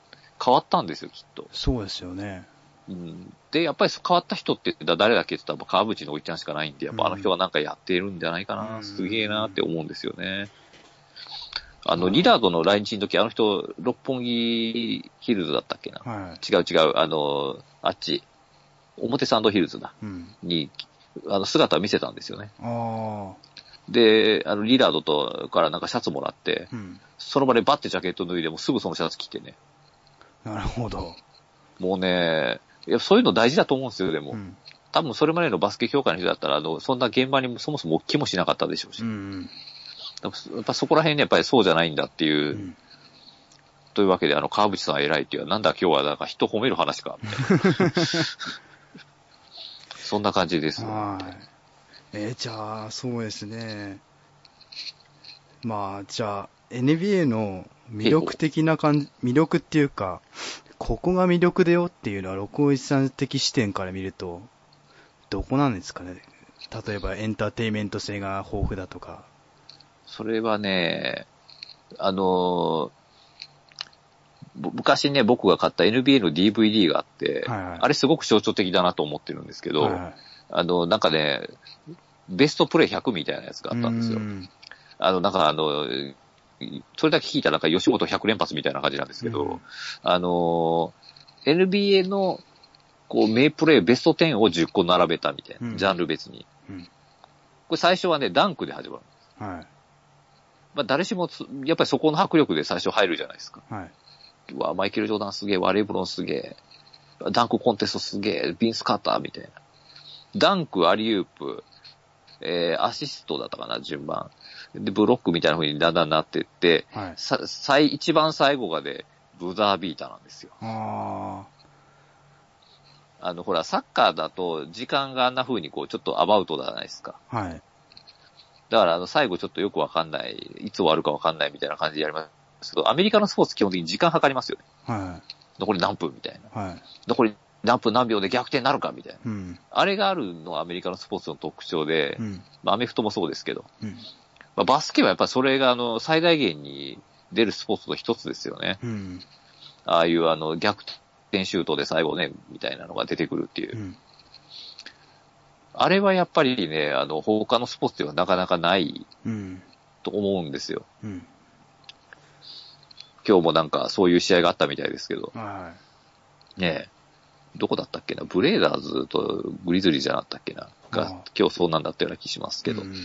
B: 変わったんですよ、きっと。
A: そうですよね。
B: うんで、やっぱり変わった人って誰だっけって言ったら、川淵のおいちゃんしかないんで、やっぱあの人がなんかやっているんじゃないかな、
A: うん
B: すげえなって思うんですよね。あの、リラードの来日の時、あの人、六本木ヒルズだったっけな。
A: は
B: 違う違う、あの、あっち、表参道ヒルズだ、
A: い。うん。
B: に、あの、姿を見せたんですよね。
A: あ
B: で、あの、リラードと、からなんかシャツもらって
A: あ。う、ん。
B: その場でバッてジャケット脱いでもうすぐそのシャツ着てね。
A: なるほど。
B: もうね、いやそういうの大事だと思うんですよ、でも。
A: うん。
B: 多分それまでのバスケ協会の人だったら、あの、そんな現場にもそもそも来もしなかったでしょうし、
A: うんうん
B: やっぱやっぱそこら辺ね、やっぱりそうじゃないんだっていうう、
A: ん
B: というわけで、あの、川淵さんは偉いっていう、なんだ今日はなんか人褒める話か、 みたいなそんな感じです。
A: はい。えーじゃあ、そうですね。まあ、じゃあ、NBA の魅力的な感じ、魅力っていうか、ここが魅力だよっていうのは、六王一さん的視点から見ると、どこなんですかね。例えば、エンターテインメント性が豊富だとか。
B: それはね、あのーぼ昔ね、僕が買った NBA の DVD があって、
A: はいはい
B: あれすごく象徴的だなと思ってるんですけど、
A: はいはい
B: あの、なんかね、ベストプレイ100みたいなやつがあったんですよ
A: う。ん
B: あの、なんかあの、それだけ聞いたらなんか吉本100連発みたいな感じなんですけど、
A: うん
B: あのー、NBA の、こう、名プレイベスト10を10個並べたみたいな、
A: うん
B: ジャンル別に。
A: うん
B: これ最初はね、ダンクで始まる。
A: は
B: まあ、誰しもつ、やっぱりそこの迫力で最初入るじゃないですか。
A: い。はい。
B: うわ、マイケル・ジョーダンすげえ、ワレーブロンすげえ、ダンクコンテストすげえ、ビンス・カーターみたいな。ダンク、アリウープ、えー、アシストだったかな、順番。で、ブロックみたいな風にだんだんなってって、
A: はい。
B: さ、最、一番最後がで、ブザービーターなんですよ。
A: あ
B: あの、ほら、サッカーだと、時間があんな風にこう、ちょっとアバウトじゃないですか。
A: あ、はい。
B: だから、あの、最後ちょっとよくわかんない、いつ終わるかわかんないみたいな感じでやりますけど、アメリカのスポーツ基本的に時間計りますよね。
A: は
B: 残り何分みたいな。
A: い。はい。
B: 残り何分何秒で逆転なるかみたいな。
A: うん。
B: あれがあるのがアメリカのスポーツの特徴で、
A: うん。
B: まあ、アメフトもそうですけど、
A: うん。
B: まあ、バスケはやっぱりそれがあの最大限に出るスポーツの一つですよね。
A: うん。
B: ああいうあの逆転シュートで最後ね、みたいなのが出てくるっていうう。
A: ん。
B: あれはやっぱりね、あの他のスポーツではなかなかない
A: うん。
B: と思うんですよ。
A: うん。
B: 今日もなんかそういう試合があったみたいですけど、
A: は
B: ねえどこだったっけなブレーダーズとグリズリーじゃなかったっけな
A: あ
B: が
A: あ
B: 今日そうなんだったような気します
A: い。
B: けど
A: う。ん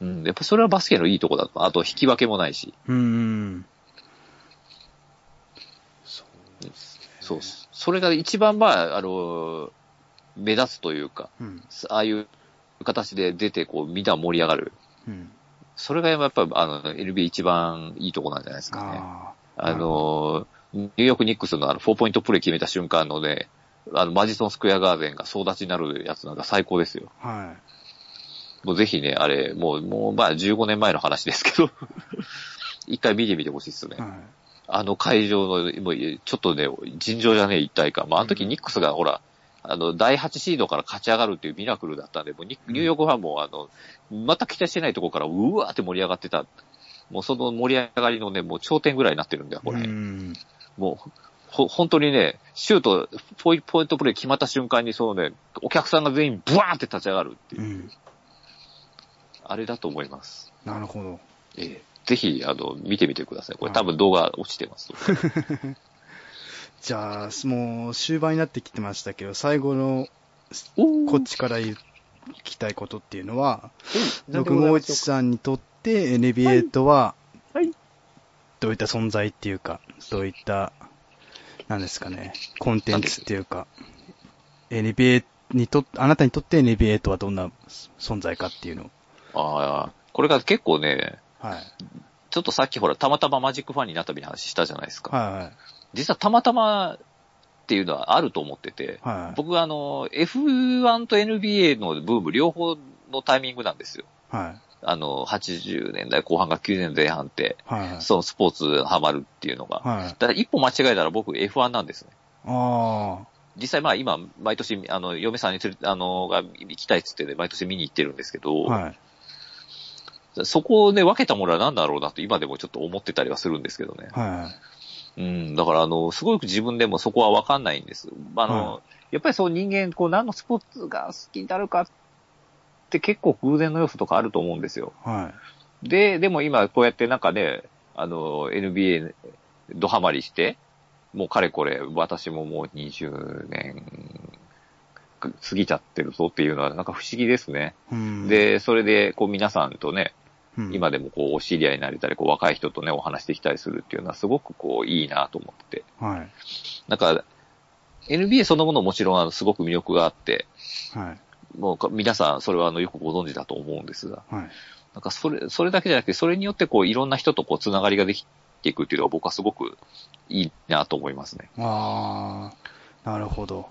B: うん、やっぱそれはバスケのいいとこだと。あと引き分けもないし。
A: うんうん。そうですね。
B: そう。それが一番、まあ、あの、目立つというか、
A: うん。
B: ああいう形で出て、こう、みんな盛り上がる。
A: うん。
B: それがやっぱ、あの、NBA 一番いいとこなんじゃないですかね。
A: あ
B: あの、ニューヨークニックスのあの、4ポイントプレー決めた瞬間のね、あの、マジソンスクエアガーデンが総立ちになるやつなんか最高ですよ。
A: あ。はい。
B: もうぜひね、あれ、もう、もう、まあ、15年前の話ですけど、 一回見てみてほしいですね。
A: は
B: あの会場の、もう、ちょっとね、尋常じゃねえ一体感。まあ、あの時ニックスが、ほら、あの、第8シードから勝ち上がるっていうミラクルだったんで、もうニ
A: うん
B: ニューヨークファンも、あの、また期待してないところから、うわーって盛り上がってた。もうその盛り上がりのね、もう頂点ぐらいになってるんだよ、
A: い。
B: こ
A: う
B: れ。
A: ん。
B: もう、ほ、本当にね、シュート、ポイポイントプレー決まった瞬間に、そのね、お客さんが全員ブワーンって立ち上がるっていうう、
A: ん。
B: あれだと思います。
A: なるほど。
B: ええ。ぜひ、あの、見てみてください。これ多分動画落ちてます。
A: じゃあ、もう終盤になってきてましたけど、最後の
B: お
A: こっちから言いきたいことっていうのは、
B: なんで
A: 六
B: ござい
A: 五
B: まし
A: 一
B: ょうか
A: さんにとって NBA とは、
B: はいはい
A: どういった存在っていうか、どういった、なんですかね、コンテンツっていうか、NBA にとっ、あなたにとって NBA とはどんな存在かっていうのを。
B: ああ、これが結構ね、
A: はい。
B: ちょっとさっきほら、たまたまマジックファンになったみたいな話したじゃないですか。
A: は
B: 実はたまたまっていうのはあると思ってて
A: い、はい。はい。
B: 僕はあの、F1 と NBA のブーム両方のタイミングなんですよ。
A: はい。
B: あの、80年代後半が90年代前半って、
A: はい。はい。
B: そのスポーツハマるっていうのが。
A: はい。
B: だから一歩間違えたら僕 F1 なんですね。
A: あ
B: 実際まあ今、毎年、あの、嫁さんに連れ、あの、が行きたいっつってね、毎年見に行ってるんですけど、
A: あ。はい。
B: そこをね、分けたものは何だろうなと今でもちょっと思ってたりはするんですけどね。
A: は
B: うん、だからあの、すごく自分でもそこはわかんないんです。あの、
A: は
B: やっぱりそう人間、こう何のスポーツが好きになるかって結構偶然の要素とかあると思うんですよ。
A: い。はい。
B: で、でも今こうやってなんかね、あの、NBA ドハマりして、もうかれこれ、私ももう20年過ぎちゃってるぞっていうのはなんか不思議ですね。
A: うん、
B: で、それでこう皆さんとね、
A: うん、
B: 今でもこうお知り合いになれたり、こう若い人とね、お話できたりするっていうのはすごくこういいなと思ってて。
A: はい。
B: なんか、NBA そのものももちろんあのすごく魅力があって、
A: はい。
B: もうか皆さんそれはあのよくご存知だと思うんですが、
A: はい。
B: なんかそれ、それだけじゃなくて、それによってこういろんな人とこうつながりができていくっていうのは僕はすごくいいなと思いますね。
A: ああ、なるほど。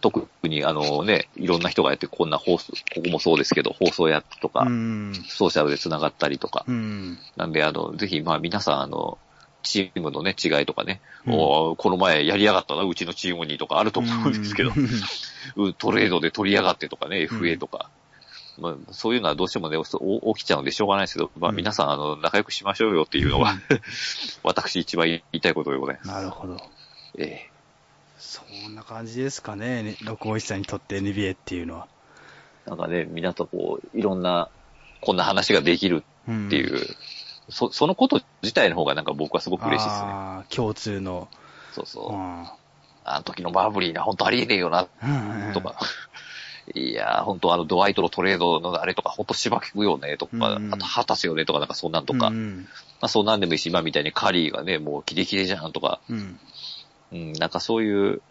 B: 特にあのね、いろんな人がやってこんな放送、ここもそうですけど、放送やとか、
A: うん。
B: ソーシャルでつながったりとか、
A: うん。
B: なんであの、ぜひまあ皆さんあの、チームのね、違いとかね、
A: うん
B: おーこの前やりやがったな、うちのチームにとかあると思うんですけど、うんトレードで取りやがってとかね、
A: うん
B: FA とか。まあ、そういうのはどうしてもね、お起きちゃうんでしょうがないですけど、まあ
A: うん
B: 皆さん、あの、仲良くしましょうよっていうのが、 私一番言いたいことでございます。
A: なるほど。
B: ええ
A: そんな感じですかね、ね六五一さんにとって NBA っていうのは。
B: なんかね、みんなとこう、いろんな、こんな話ができる
A: うん
B: っていう、そ、そのこと自体の方がなんか僕はすごく嬉しいですね。
A: ああ、共通の。
B: そうそうう。
A: ん。
B: あの時のバーブリーな、本当ありえねえよな、とか。いやー、本当あの、ドワイトのトレードのあれとか、本当芝木くよね、とか、
A: うん
B: あと、果たせよね、とか、なんかそんなんとか。
A: うん。
B: まあそうなんでもいいし、今みたいにカリーがね、もうキレキレじゃんとか、
A: うん。
B: うん、なんかそういう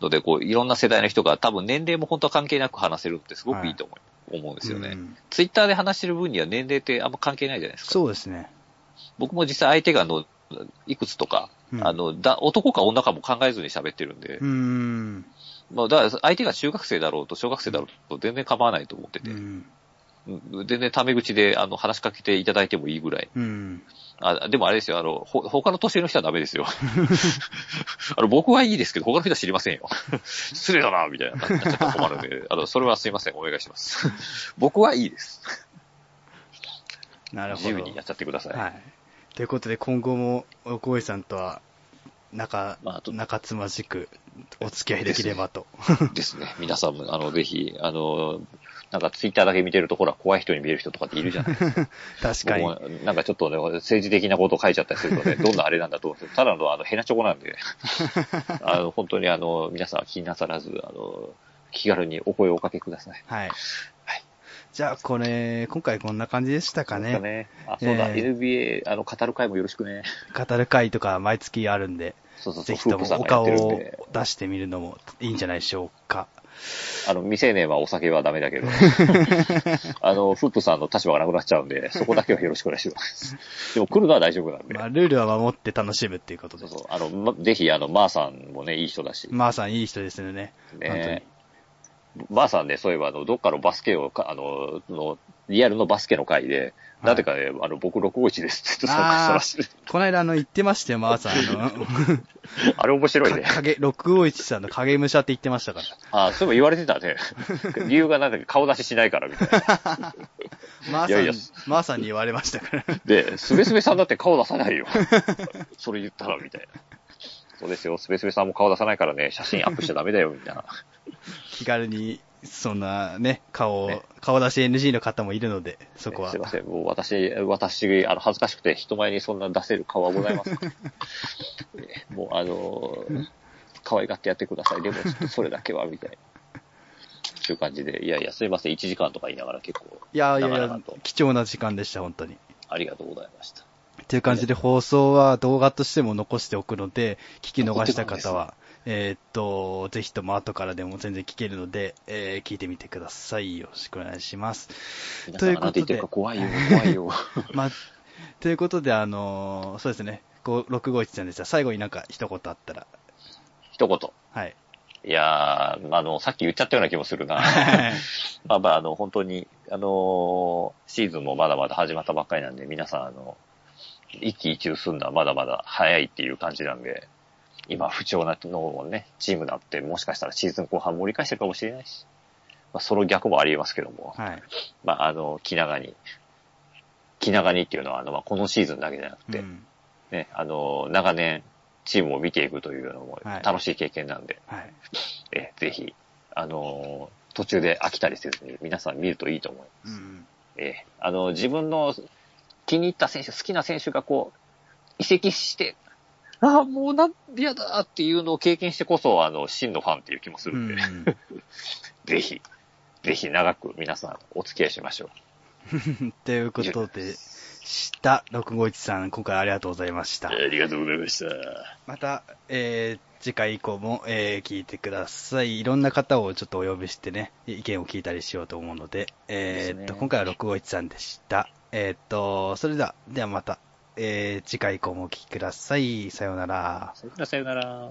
B: ので、こう、いろんな世代の人が多分年齢も本当は関係なく話せるってすごくいいと思う,、思うんですよね、
A: うん
B: ツイッターで話してる分には年齢ってあんま関係ないじゃないですか。
A: そうですね。
B: 僕も実際相手があの、いくつとか、
A: うん
B: あの、だ、男か女かも考えずに喋ってるんで、
A: うん。
B: まあ、だから相手が中学生だろうと小学生だろうと全然構わないと思って
A: う
B: て、
A: ん。
B: うん全然タメ口であの話しかけていただいてもいいぐらい、
A: うん。
B: あ、でもあれですよ、あの、ほ、他の年の人はダメで すよ。あの、僕はいいですけど、他の人は知りませんよ。 失礼だな、みたいな。なっちゃったら困るんで、あの、それはすいません、お願いします。 僕はいいです。
A: なるほ
B: 自
A: ど。
B: 由にやっちゃってください。
A: はい。ということで、今後も、おこいさんとは、仲、
B: まああと
A: 仲つまじく、お付き合いできればと。
B: ですね。皆さんも、あの、ぜひ、あの、なんかツイッターだけ見てると、ほら、怖い人に見える人とかっているじゃないですか。
A: 確か
B: 僕
A: に。
B: も、なんかちょっとね、政治的なことを書いちゃったりする とね、どんなあれなんだと思うんですけど、ただの、あの、ヘナチョコなんで、 あの、本当に、あの、皆さん気になさらず、あの、気軽にお声をおかけください。
A: はい。じゃあ、これ、今回こんな感じでしたか
B: そうだ
A: ね。
B: ね。あ、そうだ、
A: ええ
B: NBA、あの、語る会もよろしくね。
A: 語る会とか毎月あるんで、
B: そうそうそ
A: ぜ
B: う、
A: ひともお
B: がやっ
A: 顔
B: てるん
A: を
B: で。
A: 出してみるのもいいんじゃないでしょうか。
B: あの、未成年はお酒はダメだ けど、あの、フープさんの立場がなくなっちゃうんで、そこだけはよろしくお願いします。でも来るのは大丈夫なんで。
A: まあ、ルールは守って楽しむっていうこと
B: そ
A: で
B: う
A: す
B: そ。う。あの、ま、ぜひ、あの、まーさんもね、いい人だし。
A: まーさんいい人ですよね。
B: ねまーさんね、そういえば、あの、どっかのバスケをか、あの、のリアルのバスケの会で、
A: い
B: なぜかね、あの、僕651ですって言って参加したらしい。
A: 本当に。この間、あの、言ってましたよ、まーさん。あ の、
B: あれ面白 い
A: か
B: ね。
A: 影、651さんの影武者って言ってましたから。
B: あ、そういえば言われて たね。理由がなんだっけ顔出ししないからみたいな。
A: まー
B: い
A: さ
B: や
A: ん、
B: いや
A: まーさんに言われましたから。
B: で、すべすべさんだって顔出さないよ。それ言ったら、みたいな。そうですよ、すべすべさんも顔出さないからね、写真アップしちゃダメだよ、みたいな。
A: 気軽に、そんなね、顔を
B: ね、
A: 顔出し NG の方もいるので、そこは
B: すい。ません、もう私、私、あの、恥ずかしくて人前にそんな出せる顔はござい ません。ねもう、あのー、可愛がってやってください。でも、ちょっとそれだけは、みたいな。という感じで、いやいや、すいません、1時間とか言いながら結構、
A: いやいやい
B: 長
A: や
B: 々と、
A: 貴重な時間でした、本当に。
B: ありがとうございました。
A: という感じで放送は動画としても残しておくので、聞き逃した方は、えーっと、ぜひとも後からでも全然聞けるので、えー聞いてみてください。よろしくお願いします。
B: 皆
A: と
B: さ
A: い
B: ん
A: う
B: が
A: ことで
B: なんて言ってるか怖いよ、怖 いよ。
A: まあ、ということで、あのーそうですね、こう651さんでした。最後になんか一言あったら、
B: 一言。
A: はい。
B: いやー、あの、さっき言っちゃったような気もするな。まあまあ、あの、本当に、あのーシーズンもまだまだ始まったばっかりなんで、皆さん、あの、一喜一憂すんのはまだまだ早いっていう感じなんで、今、不調なのね、チームだって、もしかしたらシーズン後半盛り返してるかもしれないし、まあ、その逆もありえますけども、
A: はい。
B: まあ、あの、気長に、気長にっていうのは、あの、まあ、このシーズンだけじゃなくて、
A: うん
B: ね、あの、長年、チームを見ていくというのも
A: はい
B: 楽しい経験なんで、
A: はい。
B: えぜひ、あのー途中で飽きたりせずに皆さん見るといいと思いま
A: うん
B: す。えーあの、自分の気に入った選手、好きな選手がこう、移籍して、ああ、もうなん、嫌だっていうのを経験してこそ、あの、真のファンっていう気もす
A: う
B: るんで、
A: ん。
B: ぜひ、ぜひ長く皆さんお付き合いしましょう。
A: ということでした。651さん、今回ありがとうございました。
B: りがとうございました。
A: また、えーっ次回以降も、えー聞いてください。いろんな方をちょっとお呼びしてね、意見を聞いたりしようと思うので、えーっ
B: です
A: と、
B: ね
A: 今回は651さんでした。えーっと、それでは、ではまた、えー次回以降もお聞きください。さようなら。
B: さよなら、さよなら。